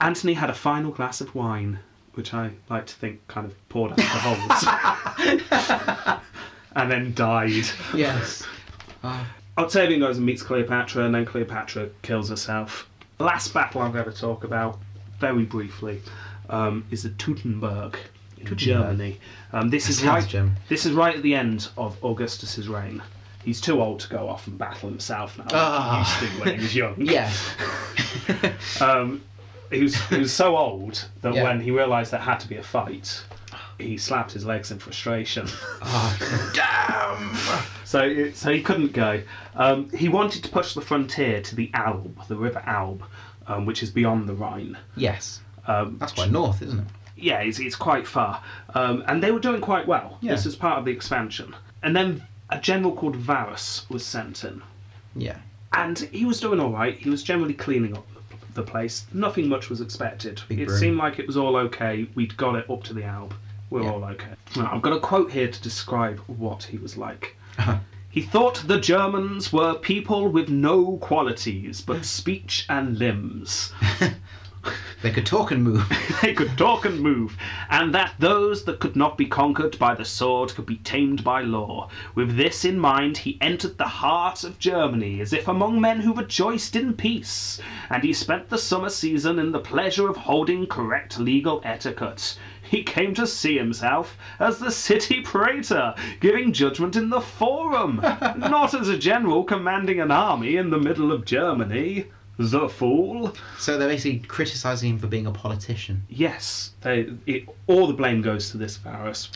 B: Anthony had a final glass of wine, which I like to think kind of poured out the
A: (laughs)
B: holes, (laughs) and then died.
A: yes. Ah,
B: Octavian goes and meets Cleopatra, and then Cleopatra kills herself. Last battle I'm going to talk about, very briefly, um, is the Teutonberg in Germany. Um, this is
A: sounds
B: right.
A: German.
B: This is right at the end of Augustus's reign. He's too old to go off and battle himself now.
A: Ah.
B: He used to when
A: (laughs)
B: he was young. (laughs)
A: yeah.
B: Um, he was he was so old that
A: Yeah.
B: when he realised there had to be a fight, he slapped his legs
A: (laughs)
B: in frustration.
A: Ah,
B: So, it- so he couldn't go. Um, he wanted to push the frontier to the Alb, the River Alb, um, which is beyond the Rhine.
A: yes.
B: Um,
A: That's quite north, isn't it?
B: yeah, it's, it's quite far. Um, and they were doing quite well.
A: Yeah.
B: This is part of the expansion. And then a general called Varus was sent in.
A: Yeah.
B: And he was doing all right. He was generally cleaning up the place. Nothing much was expected.
A: Big
B: it
A: broom.
B: seemed like it was all okay. We'd got it up to the Alb. We're
A: Yeah.
B: all okay. Now, I've got a quote here to describe what he was like.
A: Uh-huh.
B: He thought the Germans were people with no qualities but speech and limbs.
A: They could talk and move. (laughs)
B: (laughs) They could talk and move, and that those that could not be conquered by the sword could be tamed by law. With this in mind, he entered the heart of Germany as if among men who rejoiced in peace, and he spent the summer season in the pleasure of holding correct legal etiquette. He came to see himself as the city praetor, giving judgment in the forum, not as a general commanding an army in the middle of Germany. The fool.
A: So they're basically criticising him for being a politician.
B: Yes, they, it, all the blame goes to this Varus.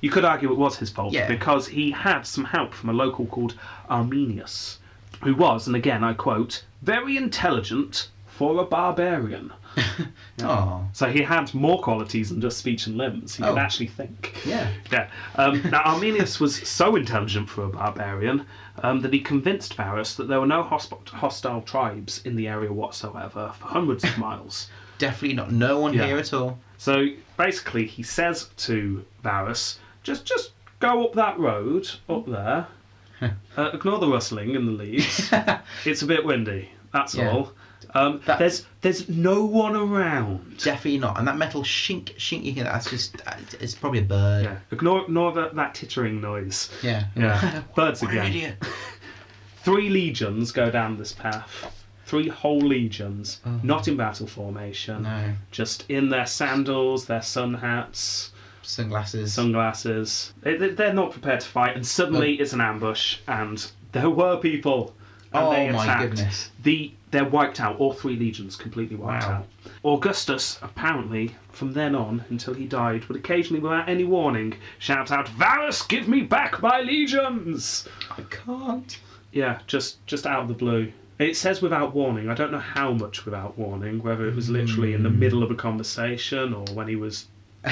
B: you could argue it was his fault
A: Yeah.
B: because he had some help from a local called Arminius, who was, and again I quote, very intelligent for a barbarian.
A: Oh,
B: So he had more qualities than just speech and limbs. He
A: Oh.
B: could actually think.
A: yeah.
B: Yeah. Um, now, Arminius was so intelligent for a barbarian um, that he convinced Varus that there were no hosp- hostile tribes in the area whatsoever for hundreds of miles.
A: Definitely not. No one
B: Yeah.
A: here at all.
B: So basically, he says to Varus, just just go up that road up
A: (laughs)
B: there. Uh, ignore the rustling in the leaves. it's a bit windy. That's
A: Yeah.
B: all. Um,
A: That-
B: There's there's no one around.
A: Definitely not. And that metal shink, shink you hear, that's just, it's probably a bird.
B: Yeah. Ignore ignore that, that tittering noise.
A: Yeah.
B: Yeah. (laughs) Birds
A: What an
B: again.
A: idiot.
B: Three legions go down this path. Three whole legions, not in battle formation,
A: Oh. No.
B: just in their sandals, their sun hats,
A: Sunglasses.
B: sunglasses. They, they- they're not prepared to fight, and suddenly it's an ambush, and there were people. And
A: Oh
B: they
A: my
B: attacked.
A: goodness.
B: The, they're wiped out, all three legions completely wiped
A: Wow.
B: out. Augustus, apparently, from then on until he died, would occasionally, without any warning, shout out, Varus, give me back my legions!
A: I can't.
B: Yeah, just just out of the blue. It says without warning. I don't know how much without warning. Whether it was literally in the
A: Hmm.
B: middle of a conversation or when he was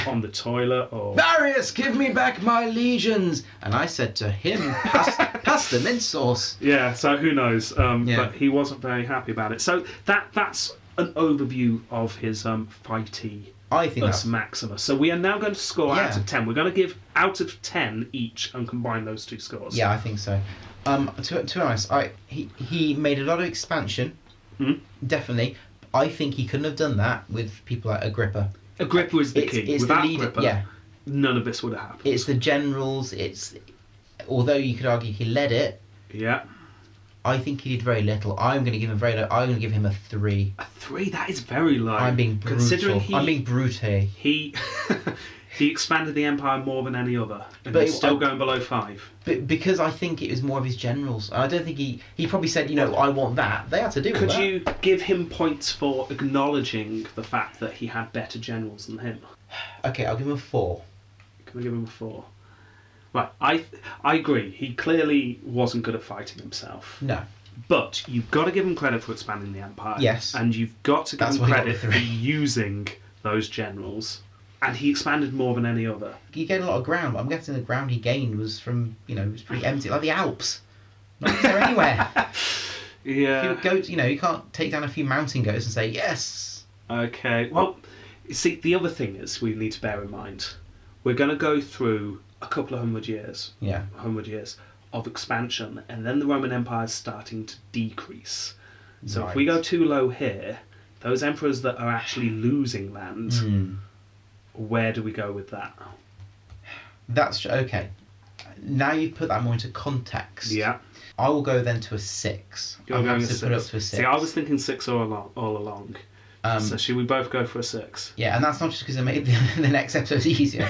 B: on the toilet or
A: Varius, give me back my legions! And I said to him, pass, (laughs) pass the mint sauce.
B: yeah. So who knows? Um,
A: Yeah.
B: But he wasn't very happy about it. So that that's an overview of his um, fighty
A: I think
B: us
A: that's.
B: Maximus. So we are now going to score out
A: Yeah.
B: of ten. We're going to give out of ten each and combine those two scores.
A: Yeah, I think so. Um, to, to be honest, I he, he made a lot of expansion.
B: Mhm.
A: Definitely. I think he couldn't have done that with people like Agrippa.
B: Agrippa is the
A: It's,
B: king.
A: it's the
B: Without
A: leader.
B: Agrippa,
A: Yeah.
B: none of this would have happened.
A: It's the generals. It's. Although you could argue he led it,
B: yeah,
A: I think he did very little. I'm going to give him very low. I'm going to give him a three.
B: a three. That is very low.
A: I'm being brutal.
B: considering he
A: I'm being brute here.
B: he (laughs) he expanded the empire more than any other, and
A: But
B: he's
A: it-
B: still
A: I-
B: going below five.
A: But because I think it was more of his generals. I don't think he he probably said, you know, I want that. They had to do with
B: Could
A: that.
B: you give him points for acknowledging the fact that he had better generals than him?
A: Okay, I'll give him a four.
B: Can we give him a four? Right, I th- I agree. He clearly wasn't good at fighting himself,
A: No,
B: but you've got to give him credit for expanding the empire.
A: Yes.
B: and you've got to give
A: That's
B: him
A: why he got
B: credit
A: the
B: for
A: three. (laughs)
B: using those generals, and he expanded more than any other.
A: he gained a lot of ground. But I'm guessing the ground he gained was from you know it was pretty empty, like the Alps. Not there
B: (laughs)
A: anywhere.
B: Yeah,
A: Few goats, you know, you can't take down a few mountain goats and say yes.
B: Okay. Well, you see, the other thing is we need to bear in mind we're going to go through a couple of hundred years,
A: Yeah,
B: hundred years of expansion, and then the Roman Empire is starting to decrease. So if we
A: Right.
B: go too low here, those emperors that are actually losing land,
A: Hmm.
B: where do we go with that?
A: that's tr- okay. Now you put that more into context.
B: Yeah,
A: I will go then to a six.
B: you're
A: I'm
B: going
A: happy
B: with
A: to put it up to a six.
B: See, I was thinking six all along. All along.
A: um,
B: so should we both go for a six?
A: yeah, and that's not just because I made the, (laughs) the next episode
B: (laughs)
A: easier.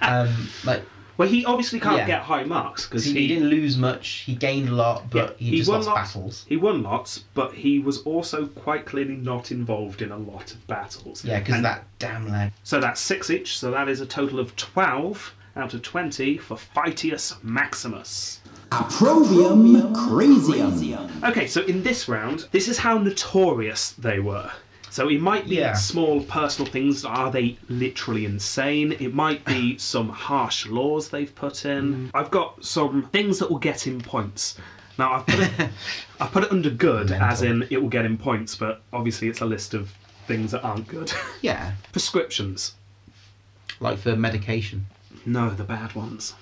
A: um, like
B: Well, he obviously can't
A: Yeah.
B: get high marks because
A: he, he didn't lose much. He gained a lot, but
B: Yeah,
A: he,
B: he
A: just
B: won
A: lost
B: lots.
A: battles.
B: He won lots, but he was also quite clearly not involved in a lot of battles.
A: Yeah, because
B: And
A: that damn leg.
B: So that's six each, so that is a total of 12 out of 20 for Phytius Maximus.
C: Approvium Crasium.
B: Okay, so in this round, this is how notorious they were. So it might be
A: Yeah.
B: small personal things. Are they literally insane? It might be some harsh laws they've put in. I've got some things that will get him points. Now I've put it, I've put it under good, as in it will get him points, but obviously it's a list of things that aren't good. (laughs)
A: Yeah,
B: Prescriptions.
A: like for medication.
B: No, the bad ones.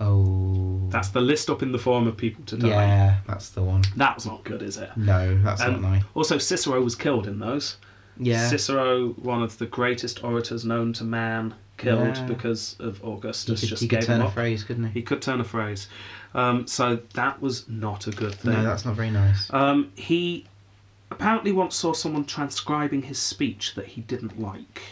A: Oh.
B: That's the list up in the form of people to die.
A: yeah, that's the one.
B: That's not good, is it?
A: No, that's
B: Um,
A: not nice.
B: Also, Cicero was killed in those.
A: Yeah.
B: Cicero, one of the greatest orators known to man, killed
A: Yeah.
B: because of Augustus.
A: he could,
B: just
A: he could
B: gave
A: turn
B: him
A: a
B: up.
A: phrase, couldn't he?
B: He could turn a phrase. Um, so that was not a good thing.
A: No, that's not very nice.
B: um, he apparently once saw someone transcribing his speech that he didn't like,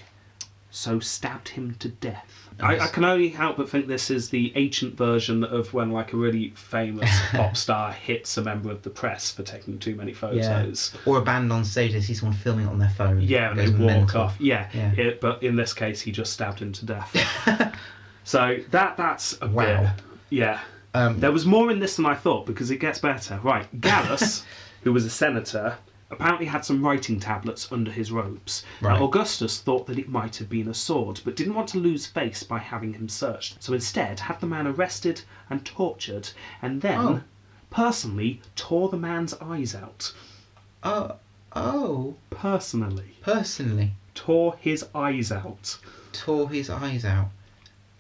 B: so stabbed him to death. I, I
A: Nice.
B: can only help but think this is the ancient version of when, like, a really famous pop star hits a member of the press for taking too many photos.
A: Or a band on stage, they see someone filming it on their phone.
B: Yeah, and they
A: Goes
B: walk
A: mental.
B: off. Yeah,
A: Yeah. (laughs)
B: It, but in this case, he just stabbed him to death. So that that's a
A: Wow.
B: bit- Yeah.
A: Um,
B: There was more in this than I thought because it gets better. Right,
A: (laughs)
B: Gallus, who was a senator, apparently had some writing tablets under his robes.
A: Right.
B: Now, Augustus thought that it might have been a sword, but didn't want to lose face by having him searched. So instead, had the man arrested and tortured, and then
A: Oh.
B: personally tore the man's eyes out.
A: oh, oh,
B: Personally
A: personally,
B: tore his eyes out.
A: tore his eyes out.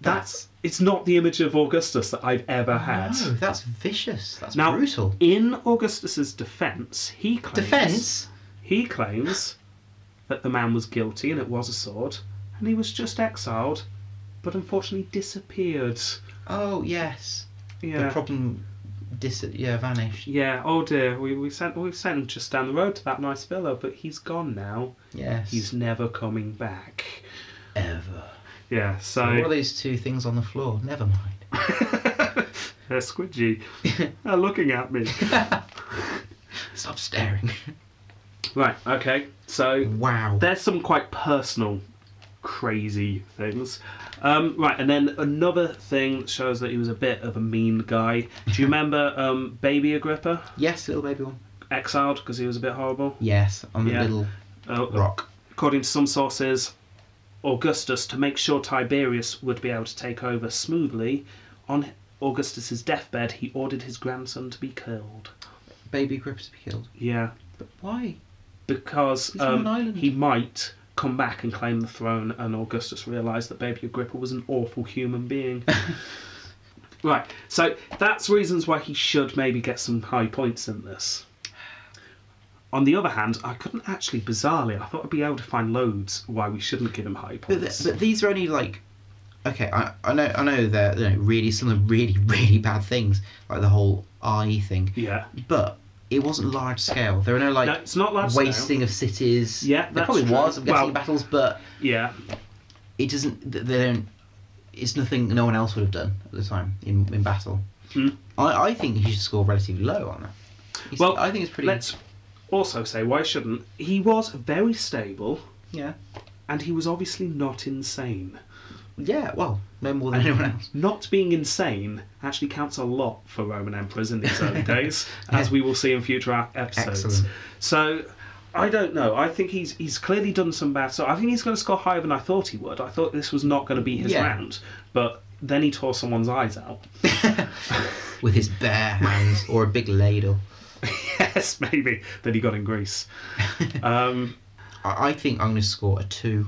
B: That's it's not the image of Augustus that I've ever had.
A: Oh, No, that's vicious. That's
B: Now,
A: brutal.
B: in Augustus's defence, he claims
A: Defense.
B: He claims that the man was guilty and it was a sword, and he was just exiled, but unfortunately disappeared.
A: Oh yes,
B: Yeah.
A: the problem dis yeah vanished.
B: yeah. Oh dear. We we sent we sent him just down the road to that nice villa, but he's gone now.
A: Yes,
B: He's never coming back.
A: ever.
B: Yeah.
A: What are
B: So
A: these two things on the floor? Never mind. (laughs)
B: they're uh, squidgy. they're looking at me.
A: Stop staring. (laughs)
B: Right. Okay. So
A: Wow.
B: there's some quite personal crazy things um, right and then another thing that shows that he was a bit of a mean guy do you remember um, baby agrippa
A: Yes, little baby one.
B: exiled because he was a bit horrible
A: Yes, on the
B: Yeah.
A: little
B: Uh,
A: rock.
B: according to some sources augustus to make sure tiberius would be able to take over smoothly on augustus's deathbed he ordered his grandson to be killed
A: Baby Grippers to be killed.
B: yeah
A: Why?
B: because
A: He's on an
B: um,
A: island.
B: he might come back and claim the throne, and Augustus realised that Baby Agrippa was an awful
A: (laughs)
B: human being. right, so that's reasons why he should maybe get some high points in this. On the other hand, I couldn't actually, bizarrely, I thought I'd be able to find loads why we shouldn't give him high
A: But, th-
B: points.
A: but these are only like, okay, I, I know I know they're you know, really some of the really (laughs) really bad things like the whole eye thing,
B: yeah.
A: but it wasn't large scale. There were no like
B: No, it's not large scale.
A: wasting of cities.
B: Yeah,
A: there
B: that's
A: probably
B: true.
A: was. I'm guessing
B: Well-
A: battles, but
B: Yeah.
A: it doesn't. th- They don't. It's nothing no one else would have done at the time in, in battle.
B: Mm.
A: I, I think he should score relatively low on that. He's-
B: Well,
A: I think it's pretty.
B: Let's also say why shouldn't. He was very stable,
A: Yeah.
B: and he was obviously not insane.
A: Yeah. Well, no more
B: (laughs)
A: than anyone else.
B: not being insane actually counts a lot for Roman emperors in these early days, as we will see in future ep- episodes.
A: Excellent.
B: So I don't know. I think he's he's clearly done some bad stuff. I think he's going to score higher than I thought he would. I thought this was not going to be his
A: Yeah.
B: round, but then he tore someone's eyes out.
A: With his bare hands or a big ladle.
B: yes, maybe that he got in Greece. Um,
A: I, I think I'm going to score a two.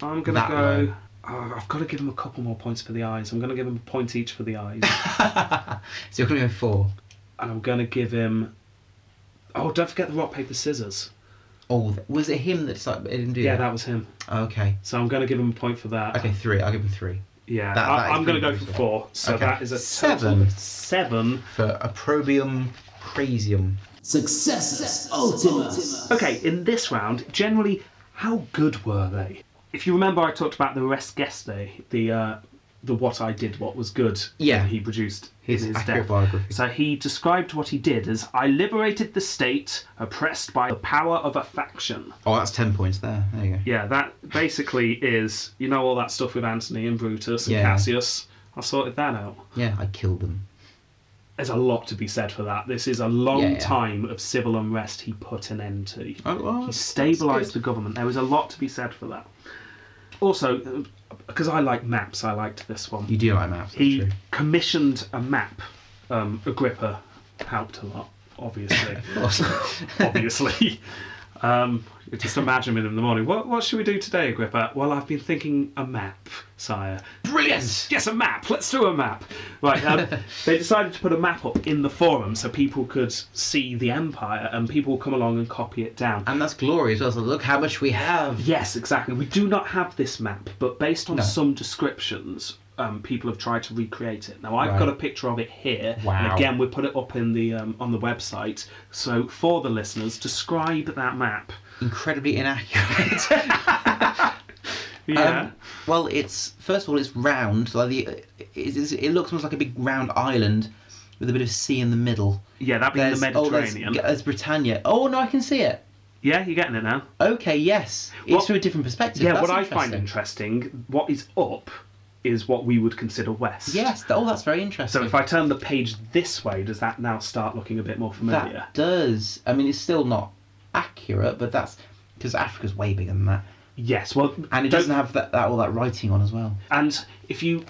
B: I'm going to
A: That
B: go.
A: low.
B: Oh, I've got to give him a couple more points for the eyes. I'm going to give him a point each for the eyes,
A: So you're going to go four.
B: and I'm going to give him. Oh, don't forget the rock paper scissors.
A: Oh, th- was it him that decided it didn't do
B: Yeah,
A: that?
B: that was him.
A: Okay.
B: So I'm going to give him a point for that.
A: Okay, three. I'll give him three
B: Yeah,
A: That- that
B: I,
A: is
B: I'm going to go
A: pretty
B: for
A: good.
B: four. So
A: Okay.
B: that is a
A: Seven.
B: total of seven.
A: for Opprobium Crasium.
C: Successus Ultimus.
B: Okay, in this round, generally, how good were they? If you remember, I talked about the res geste, the uh, the what I did, what was good.
A: Yeah.
B: that He produced in
A: His
B: his
A: accurate
B: death.
A: biography.
B: So he described what he did as I liberated the state oppressed by the power of a faction.
A: Oh, that's ten points there. There you go.
B: Yeah, that basically is you know all that stuff with Antony and Brutus and
A: Yeah.
B: Cassius. I sorted that out.
A: Yeah, I killed them.
B: there's a lot to be said for that. This is a long
A: Yeah, yeah.
B: time of civil unrest he put an end to.
A: Oh, well,
B: he
A: that's-
B: stabilised
A: that's
B: the
A: good.
B: government. There was a lot to be said for that. Also, because I like maps, I liked this one.
A: You do like maps. That's
B: he
A: true.
B: commissioned a map. Um, Agrippa helped a lot,
A: (laughs)
B: obviously. obviously. Um, just imagine him in the morning. What, what should we do today, Agrippa? Well, I've been thinking a map, sire.
A: Brilliant.
B: Yes, a map. Let's do a map. Right.
A: (laughs)
B: Um, they decided to put a map up in the forum so people could see the empire and people come along and copy it down.
A: And that's glory as well. So look how much we have.
B: Yes, exactly. We do not have this map, but based on
A: No.
B: some descriptions, um, people have tried to recreate it. Now I've
A: Right.
B: got a picture of it here. And
A: Wow.
B: again, we put it up in the um, on the website. So for the listeners, describe that map.
A: Incredibly inaccurate.
B: Yeah.
A: Um, well, it's first of all, it's round. Like the, it, it, it looks almost like a big round island with a bit of sea in the middle.
B: yeah, that being the
A: oh, there's,
B: Mediterranean.
A: there's Britannia. Oh no, I can see it.
B: yeah, you're getting it now.
A: Okay, yes, it's
B: What-
A: from a different perspective.
B: Yeah,
A: That's
B: what I find
A: interesting.
B: interesting, what is up is what we would consider west.
A: Yes. th- Oh, that's very interesting.
B: So if I turn the page this way, does that now start looking a bit more familiar?
A: that does. I mean, it's still not accurate, but that's because Africa's way bigger than that,
B: Yes. Well,
A: and it
B: don't-
A: doesn't have that, that all that writing on as well.
B: And if you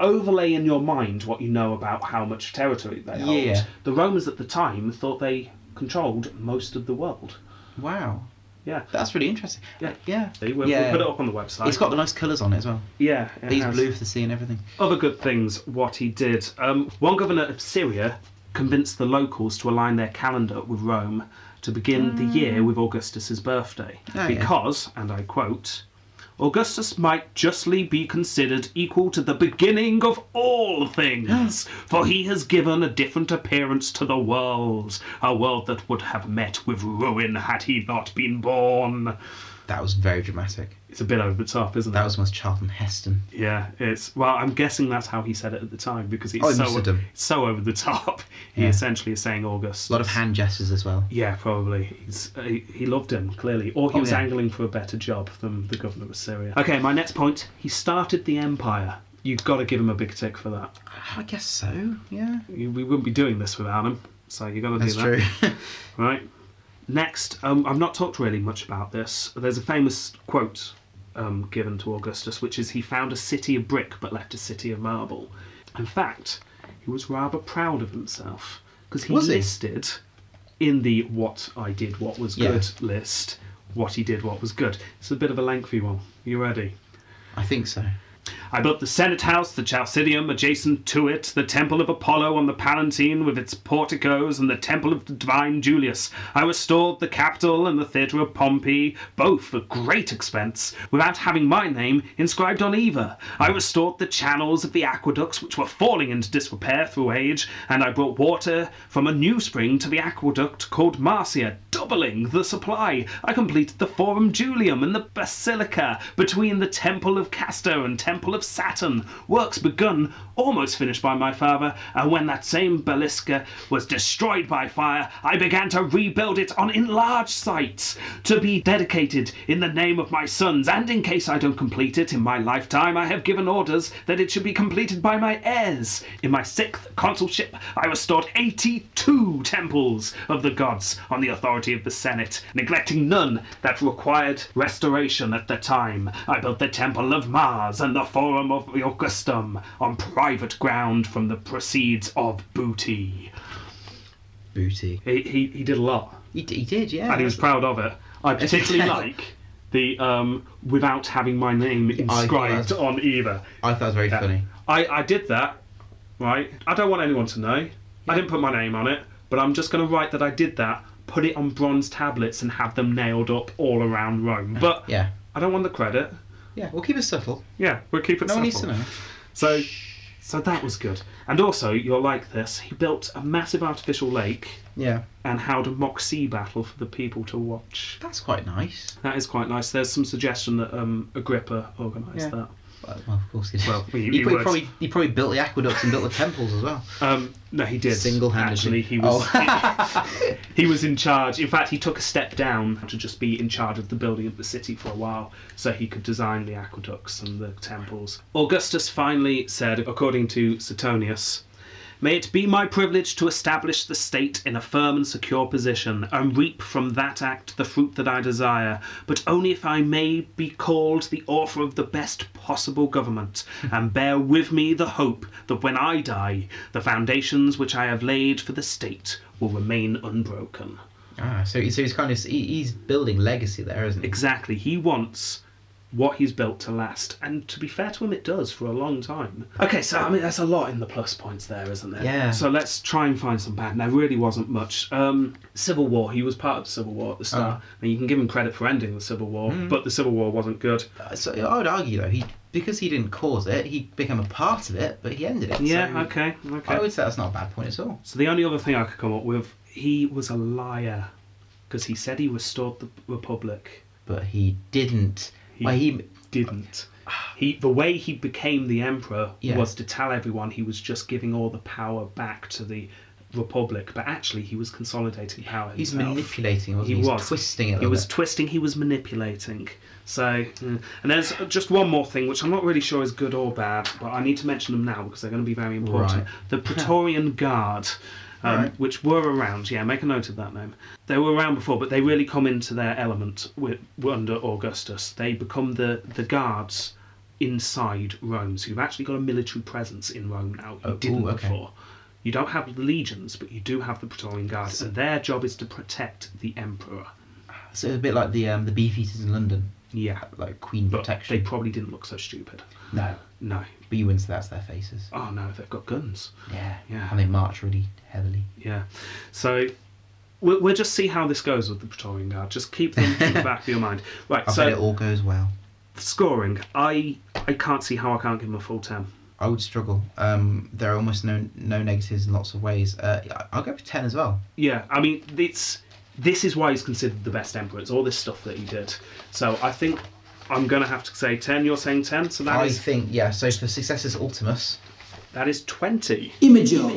B: overlay in your mind what you know about how much territory they
A: Yeah.
B: hold, the Romans at the time thought they controlled most of the world.
A: Wow.
B: Yeah.
A: That's really interesting.
B: Yeah.
A: Yeah.
B: See, we'll,
A: Yeah.
B: we'll put it up on the website.
A: It's got the nice colours on it as well.
B: yeah. it
A: These
B: has.
A: blue for the sea and everything.
B: Other good things. What he did. Um, one governor of Syria convinced the locals to align their calendar with Rome to begin the year with Augustus's birthday
A: Mm. Oh, yeah.
B: because, and I quote. Augustus might justly be considered equal to the beginning of
A: (gasps)
B: all things, for he has given a different appearance to the world, a world that would have met with ruin had he not been born.
A: That was very dramatic.
B: It's a bit over the top, isn't
A: That
B: it?
A: was almost Charlton Heston.
B: Yeah, it's well. I'm guessing that's how he said it at the time because he's
A: Oh, he must have
B: so
A: done.
B: so over the top. He
A: Yeah.
B: essentially is saying August.
A: A lot of hand gestures as well.
B: Yeah, probably. He's, uh, he, he loved him clearly, or he
A: Oh,
B: was
A: yeah.
B: angling for a better job than the governor of Syria. Okay, my next point. He started the empire. You've got to give him a big tick for that.
A: I guess so. Yeah.
B: You, we wouldn't be doing this without him. So you got to
A: That's
B: do that.
A: true. (laughs)
B: Right. Next, um, I've not talked really much about this. There's a famous quote um, given to Augustus, which is he found a city of brick but left a city of marble. In fact, he was rather proud of himself because he
A: Was he?
B: listed in the what I did, what was
A: Yeah.
B: good list what he did, what was good. It's a bit of a lengthy one. You ready?
A: I think so.
B: I built the Senate House, the Chalcidium adjacent to it, the Temple of Apollo on the Palatine with its porticos, and the Temple of the Divine Julius. I restored the Capitol and the Theatre of Pompey, both at great expense, without having my name inscribed on either. I restored the channels of the aqueducts, which were falling into disrepair through age, and I brought water from a new spring to the aqueduct called Marcia, doubling the supply. I completed the Forum Julium and the Basilica between the Temple of Castor and Temple of Saturn. Works begun, almost finished by my father, and when that same Basilica was destroyed by fire, I began to rebuild it on enlarged sites to be dedicated in the name of my sons. And in case I don't complete it in my lifetime, I have given orders that it should be completed by my heirs. In my sixth consulship, I restored 82 temples of the gods on the authority of the Senate, neglecting none that required restoration at the time. I built the Temple of Mars and the Forum of Augustum on private ground from the proceeds of booty.
A: Booty.
B: He, he, he did a lot,
A: He, d- he did, yeah.
B: and he was proud of it.
A: (laughs)
B: I particularly like the um, without having my name
A: I thought
B: inscribed
A: that's-
B: on either.
A: I thought it was very funny.
B: I, I did that, right? I don't want anyone to know. I didn't put my name on it, but I'm just going to write that I did that, put it on bronze tablets, and have them nailed up all around Rome. But
A: Yeah.
B: I don't want the credit.
A: Yeah, we'll keep it subtle.
B: Yeah, we'll keep it
A: No one needs to
B: simple.
A: know.
B: So, so that was good. And also, you'll like this. He built a massive artificial lake
A: Yeah.
B: and held a mock sea battle for the people to watch.
A: That's quite nice.
B: That is quite nice. There's some suggestion that um, Agrippa organised
A: Yeah.
B: that.
A: Well, well, of course he did.
B: Well,
A: he,
B: he- he
A: probably,
B: worked.
A: probably, he probably built the aqueducts and built the temples as well.
B: Um, no, he did.
A: Single-handedly.
B: Actually, he was.
A: Oh.
B: (laughs) He was in charge. In fact, he took a step down to just be in charge of the building of the city for a while so he could design the aqueducts and the temples. Augustus finally said, according to Suetonius, May it be my privilege to establish the state in a firm and secure position, and reap from that act the fruit that I desire, but only if I may be called the author of the best possible government, and bear with me the hope that when I die, the foundations which I have laid for the state will remain unbroken.
A: (laughs) ah, so, he- so he's kind of he, he's building legacy there, isn't he?
B: Exactly, he wants what he's built to last, and to be fair to him, it does for a long time. Okay, so I mean, that's a lot in the plus points there, isn't there?
A: Yeah.
B: So let's try and find some bad. And there really wasn't much. Um, Civil War, he was part of the Civil War at
A: Oh.
B: the start, and you can give him credit for ending the Civil War,
A: Mm.
B: but the Civil War wasn't good.
A: Uh, So I would argue though he because he didn't cause it, he became a part of it, but he ended it.
B: Yeah,
A: so
B: okay, okay.
A: I would say that's not a bad point at all.
B: So the only other thing I could come up with, he was a liar, because he said he restored the Republic.
A: But he didn't.
B: He-
A: well, he (sighs)
B: didn't. He the way he became the emperor
A: Yeah.
B: was to tell everyone he was just giving all the power back to the republic, but actually he was consolidating power.
A: He's
B: himself.
A: manipulating, wasn't
B: He
A: he? He's
B: was.
A: twisting it. a
B: He
A: little
B: was
A: bit.
B: twisting, he was manipulating. So, mm. and there's just one more thing, which I'm not really sure is good or bad, but I need to mention them now because they're going to be very important.
A: Right. (laughs)
B: The Praetorian Guard, um,
A: Right.
B: which were around, yeah, make a note of that name. They were around before, but they really come into their element with, under Augustus. They become the, the guards inside Rome. So you've actually got a military presence in Rome now. You
A: Oh,
B: didn't
A: ooh, okay.
B: before. You don't have the legions, but you do have the Praetorian Guard, and their job is to protect the emperor.
A: So it's a bit like the um, the beefeaters in London,
B: Yeah,
A: like Queen
B: but
A: protection.
B: they probably didn't look so stupid.
A: no,
B: No.
A: but you wouldn't say that's their faces.
B: Oh no, they've got guns.
A: Yeah.
B: Yeah.
A: And they march really heavily.
B: Yeah. So we'll, we'll just see how this goes with the Praetorian Guard. Just keep them
A: (laughs)
B: in the back of your mind. Right.
A: I
B: so
A: bet it all goes well.
B: scoring, I I can't see how I can't give him a full ten.
A: I would struggle. Um, there are almost no no negatives in lots of ways. Uh, I- I'll go for ten as well.
B: Yeah. I mean, it's this is why he's considered the best emperor. It's all this stuff that he did. So I think I'm gonna have to say ten. You're saying ten. So that
A: I
B: is
A: think yeah. So for successes, Ultimus.
B: that is twenty.
C: Imago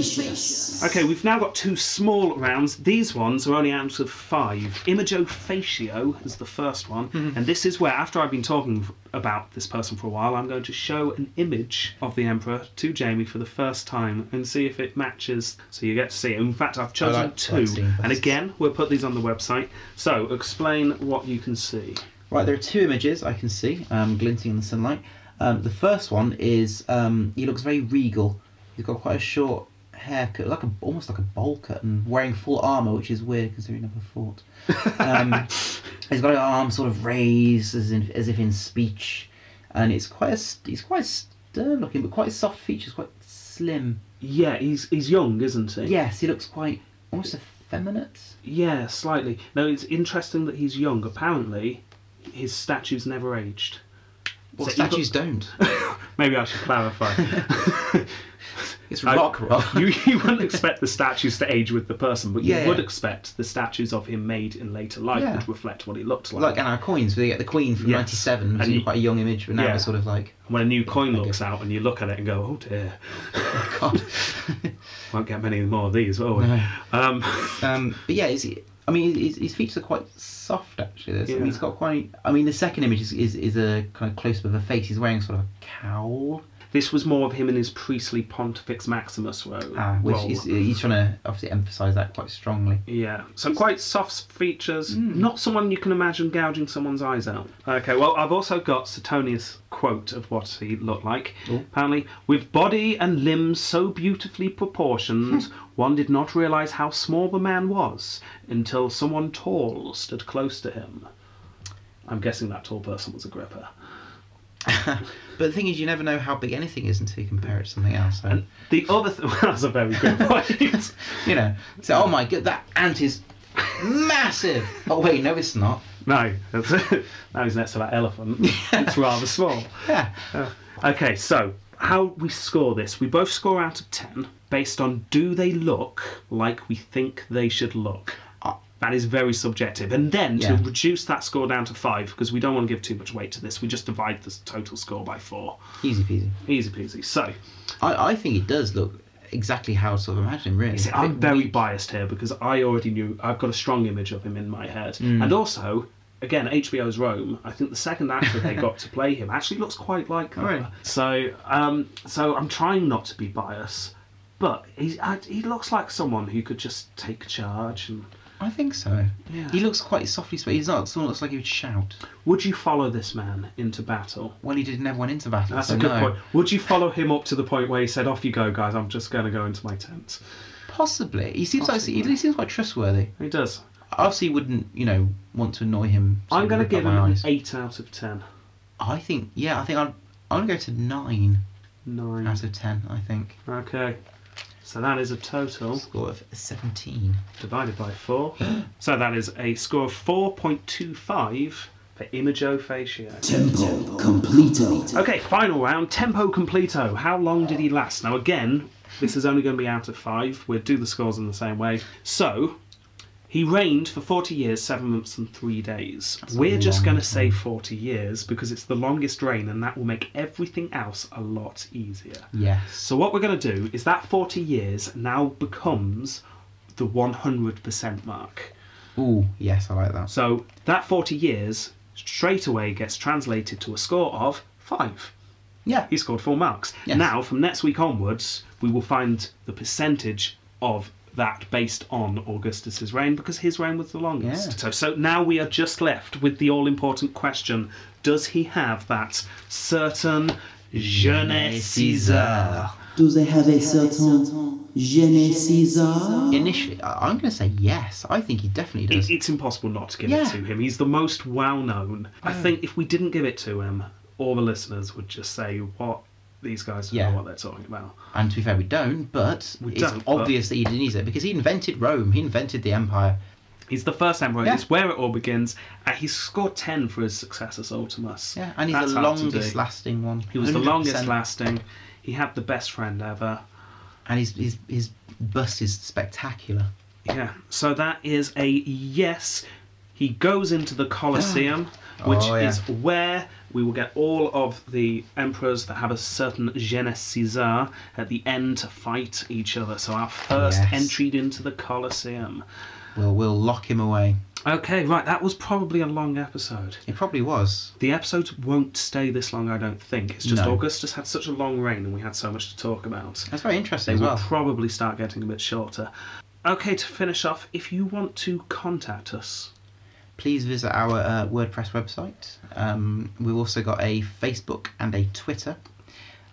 C: Facius.
B: Okay, we've now got two small rounds. These ones are only out of five. Imago Facio is the first one, and this is where, after I've been talking f- about this person for a while, I'm going to show an image of the Emperor to Jamie for the first time and see if it matches. So you get to see it. In fact, I've chosen
A: like-
B: two,
A: like seeing
B: and
A: faces.
B: again, we'll put these on the website. So explain what you can see.
A: Right, there are two images I can see um, glinting in the sunlight. Um, the first one is um, he looks very regal. He's got quite a short haircut, like a, almost like a bowl cut, and wearing full armor, which is weird considering he never fought.
B: (laughs)
A: Um, he's got an arm sort of raised as, in, as if in speech, and it's quite a, st- he's quite stern looking, but quite soft features, quite slim.
B: Yeah, he's he's young, isn't he?
A: Yes, he looks quite almost effeminate.
B: Yeah, slightly. No, it's interesting that he's young. Apparently, his statue's never aged.
A: Well,
B: So you've got-
A: statues
B: (laughs)
A: don't.
B: Maybe I
A: (laughs)
B: should clarify.
A: It's
B: I-
A: rock, Rob.
B: you, you wouldn't expect the statues to age with the person, but you
A: Yeah,
B: would
A: yeah.
B: expect the statues of him made in later life
A: Yeah.
B: would reflect what he looked like.
A: like and our coins we get the queen from
B: Yes.
A: 97 which
B: And
A: is
B: you-
A: quite a young image but now
B: Yeah.
A: it's sort of like (laughs)
B: when a new coin
A: Okay.
B: looks out and you look at it and go, oh dear,
A: (laughs) god
B: won't get many more of these, will we?
A: No.
B: Um,
A: um but yeah it's i mean his, his features are quite soft actually there's I
B: Yeah.
A: mean, he's got quite i mean the second image is, is is a kind of close-up of a face he's wearing sort of a cowl
B: this was more of him in his priestly Pontifex Maximus ro-
A: uh, which
B: role.
A: is he's trying to obviously emphasize that quite strongly
B: Yeah, so quite soft features. Not someone you can imagine gouging someone's eyes out. Hmm. Okay, well, I've also got Suetonius' quote of what he looked like.
A: Oh.
B: Apparently, with body and limbs so beautifully (laughs) proportioned, one did not realise how small the man was until someone tall stood close to him. I'm guessing that tall person was Agrippa.
A: but the thing is you never know how big anything is until you compare it to something else so
B: And the other (laughs) thing, that's a very good point. (laughs)
A: you know so oh my god that ant is massive (laughs) oh wait no it's not
B: no, (laughs) now he's next to that (laughs) elephant. It's rather (laughs) small.
A: yeah
B: Okay, so how we score this? We both score out of 10 based on do they look like we think they should look? That is very subjective. And then to
A: Yeah.
B: reduce that score down to 5, because we don't want to give too much weight to this, we just divide the total score by 4.
A: easy peasy
B: Easy peasy. So,
A: I, I think it does look exactly how I sort of imagine him, really.
B: see, I'm very biased here because I already knew, I've got a strong image of him in my head.
A: Hmm.
B: And also, again, HBO's Rome, I think the second actor they got to play him actually looks quite like that.
A: Oh, really?
B: So, um, so I'm trying not to be biased, but he's, I, he looks like someone who could just take charge. And
A: I think so.
B: Yeah.
A: He looks quite softly spoken. He's not someone that looks like he would shout.
B: would you follow this man into battle?
A: Well, he didn't ever went into battle.
B: That's
A: so
B: a good
A: no.
B: point. Would you follow him up to the point where he said, "Off you go, guys. I'm just going to go into my tent."
A: Possibly. He seems
B: Possibly.
A: like he seems quite trustworthy.
B: He does.
A: I obviously wouldn't, you know, want to annoy him. so
B: I'm going to
A: I'd rub
B: give him
A: my
B: an
A: eyes.
B: eight out of ten.
A: I think, yeah, I think I'd, I'm going to go to nine
B: Nine.
A: out of ten. I think
B: Okay. So that is a total
A: score of seventeen.
B: divided by four. (gasps) so that is a score of four point two five for Imago Facio.
C: Tempo Completo.
B: Okay, final round. Tempo completo. How long did he last? Now, again, this is only going to be out of five. We'll do the scores in the same way. So, He reigned for 40 years, 7 months, and 3 days. We're
A: a
B: just
A: long
B: going to say 40 years because it's the longest reign and that will make everything else a lot easier.
A: Yes.
B: So, what we're going to do is that 40 years now becomes the 100% mark.
A: Ooh, yes, I like that.
B: So, that 40 years straight away gets translated to a score of 5.
A: Yeah.
B: He scored 4 marks.
A: Yes.
B: Now, from next week onwards, we will find the percentage of that based on Augustus's reign because his reign was the longest.
A: Yeah.
B: So, so now we are just left with the all important question does he have that certain je ne sais quoi?
C: Do they have a certain je ne sais quoi?
A: Initially, I- I'm going to say yes. I think he definitely
B: It,
A: does.
B: it's impossible not to give
A: Yeah. Mm.
B: it to him. He's the most well known. I think if we didn't give it to him, all the listeners would just say, "What these guys don't
A: Yeah.
B: know what they're talking about."
A: And to be fair, we don't, but
B: We
A: it's
B: don't, but-
A: obvious that he didn't use it because he invented Rome, he invented the empire.
B: He's the first emperor.
A: Yeah.
B: It's where it all begins. And he scored ten for his successor Sultimus.
A: Yeah, and he's
B: That's
A: the
B: hard to do.
A: longest lasting one.
B: He was the
A: 100%.
B: longest lasting. He had the best friend ever.
A: And his, his, his bust is spectacular.
B: Yeah. So that is a yes. He goes into the Colosseum, which
A: (gasps) Oh, yeah.
B: is where we will get all of the emperors that have a certain je ne sais quoi at the end to fight each other. So our first
A: Yes.
B: entry into the Colosseum.
A: We'll, we'll lock him away.
B: Okay, right. That was probably a long episode.
A: It probably was.
B: The episodes won't stay this long, I don't think. It's just
A: No.
B: Augustus had such a long reign and we had so much to talk about.
A: That's very interesting
B: They
A: as
B: will
A: well.
B: probably start getting a bit shorter. Okay, to finish off, if you want to contact us,
A: please visit our uh, WordPress website. Um, we've also got a Facebook and a Twitter.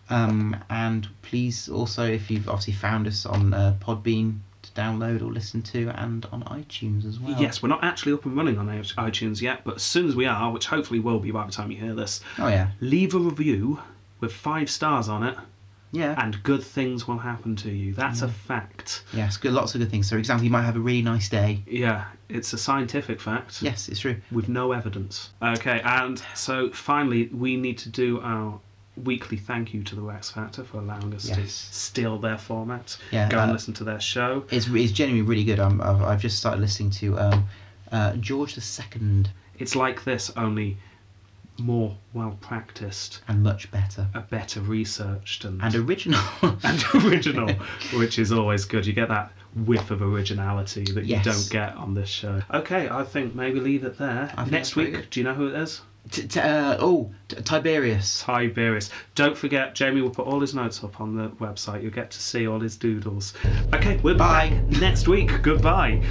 A: Um, and please also, if you've obviously found us on uh, Podbean to download or listen to, and on iTunes as well.
B: Yes, we're not actually up and running on iTunes yet, but as soon as we are, which hopefully will be by the time you hear this,
A: Oh yeah.
B: leave a review with five stars on it,
A: Yeah.
B: and good things will happen to you. That's a fact.
A: yes. Good. Lots of good things. So, for example, you might have a really nice day.
B: Yeah, it's a scientific fact.
A: Yes, it's true.
B: With no evidence. Okay, and so finally, we need to do our weekly thank you to the Rex Factor for allowing us to
A: Yes.
B: steal their format.
A: Yeah,
B: Go and
A: uh,
B: listen to their show.
A: It's, it's genuinely really good. Um, I've, I've just started listening to um, uh, George II
B: It's like this, only more well practiced,
A: and much better
B: a better researched, and,
A: and original. (laughs)
B: (laughs) and original, which is always good. You get that whiff of originality that
A: Yes.
B: you don't get on this show. Okay, I think maybe leave it there.
A: I think
B: Next
A: that's pretty
B: week,
A: good.
B: do you know who it is?
A: T- t- uh, oh, t- Tiberius.
B: Tiberius. Don't forget, Jamie will put all his notes up on the website. You'll get to see all his doodles. Okay, we're
A: Bye.
B: back next week. Goodbye.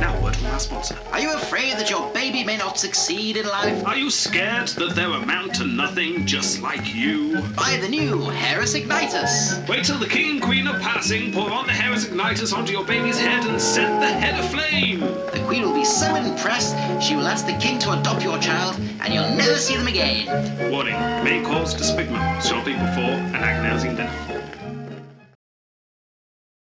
B: Now, a word from our sponsor.
A: Are you afraid that your baby may not succeed in life?
B: Are you scared that they'll amount to nothing just like you?
A: Buy the new Harris Ignitus.
B: Wait till the king and queen are passing, pour on the Harris igniters onto your baby's head and set the head aflame!
A: The queen will be so impressed, she will ask the king to adopt your child, and you'll never see them again.
B: Warning, may cause disfigurement shortly before an agonizing death.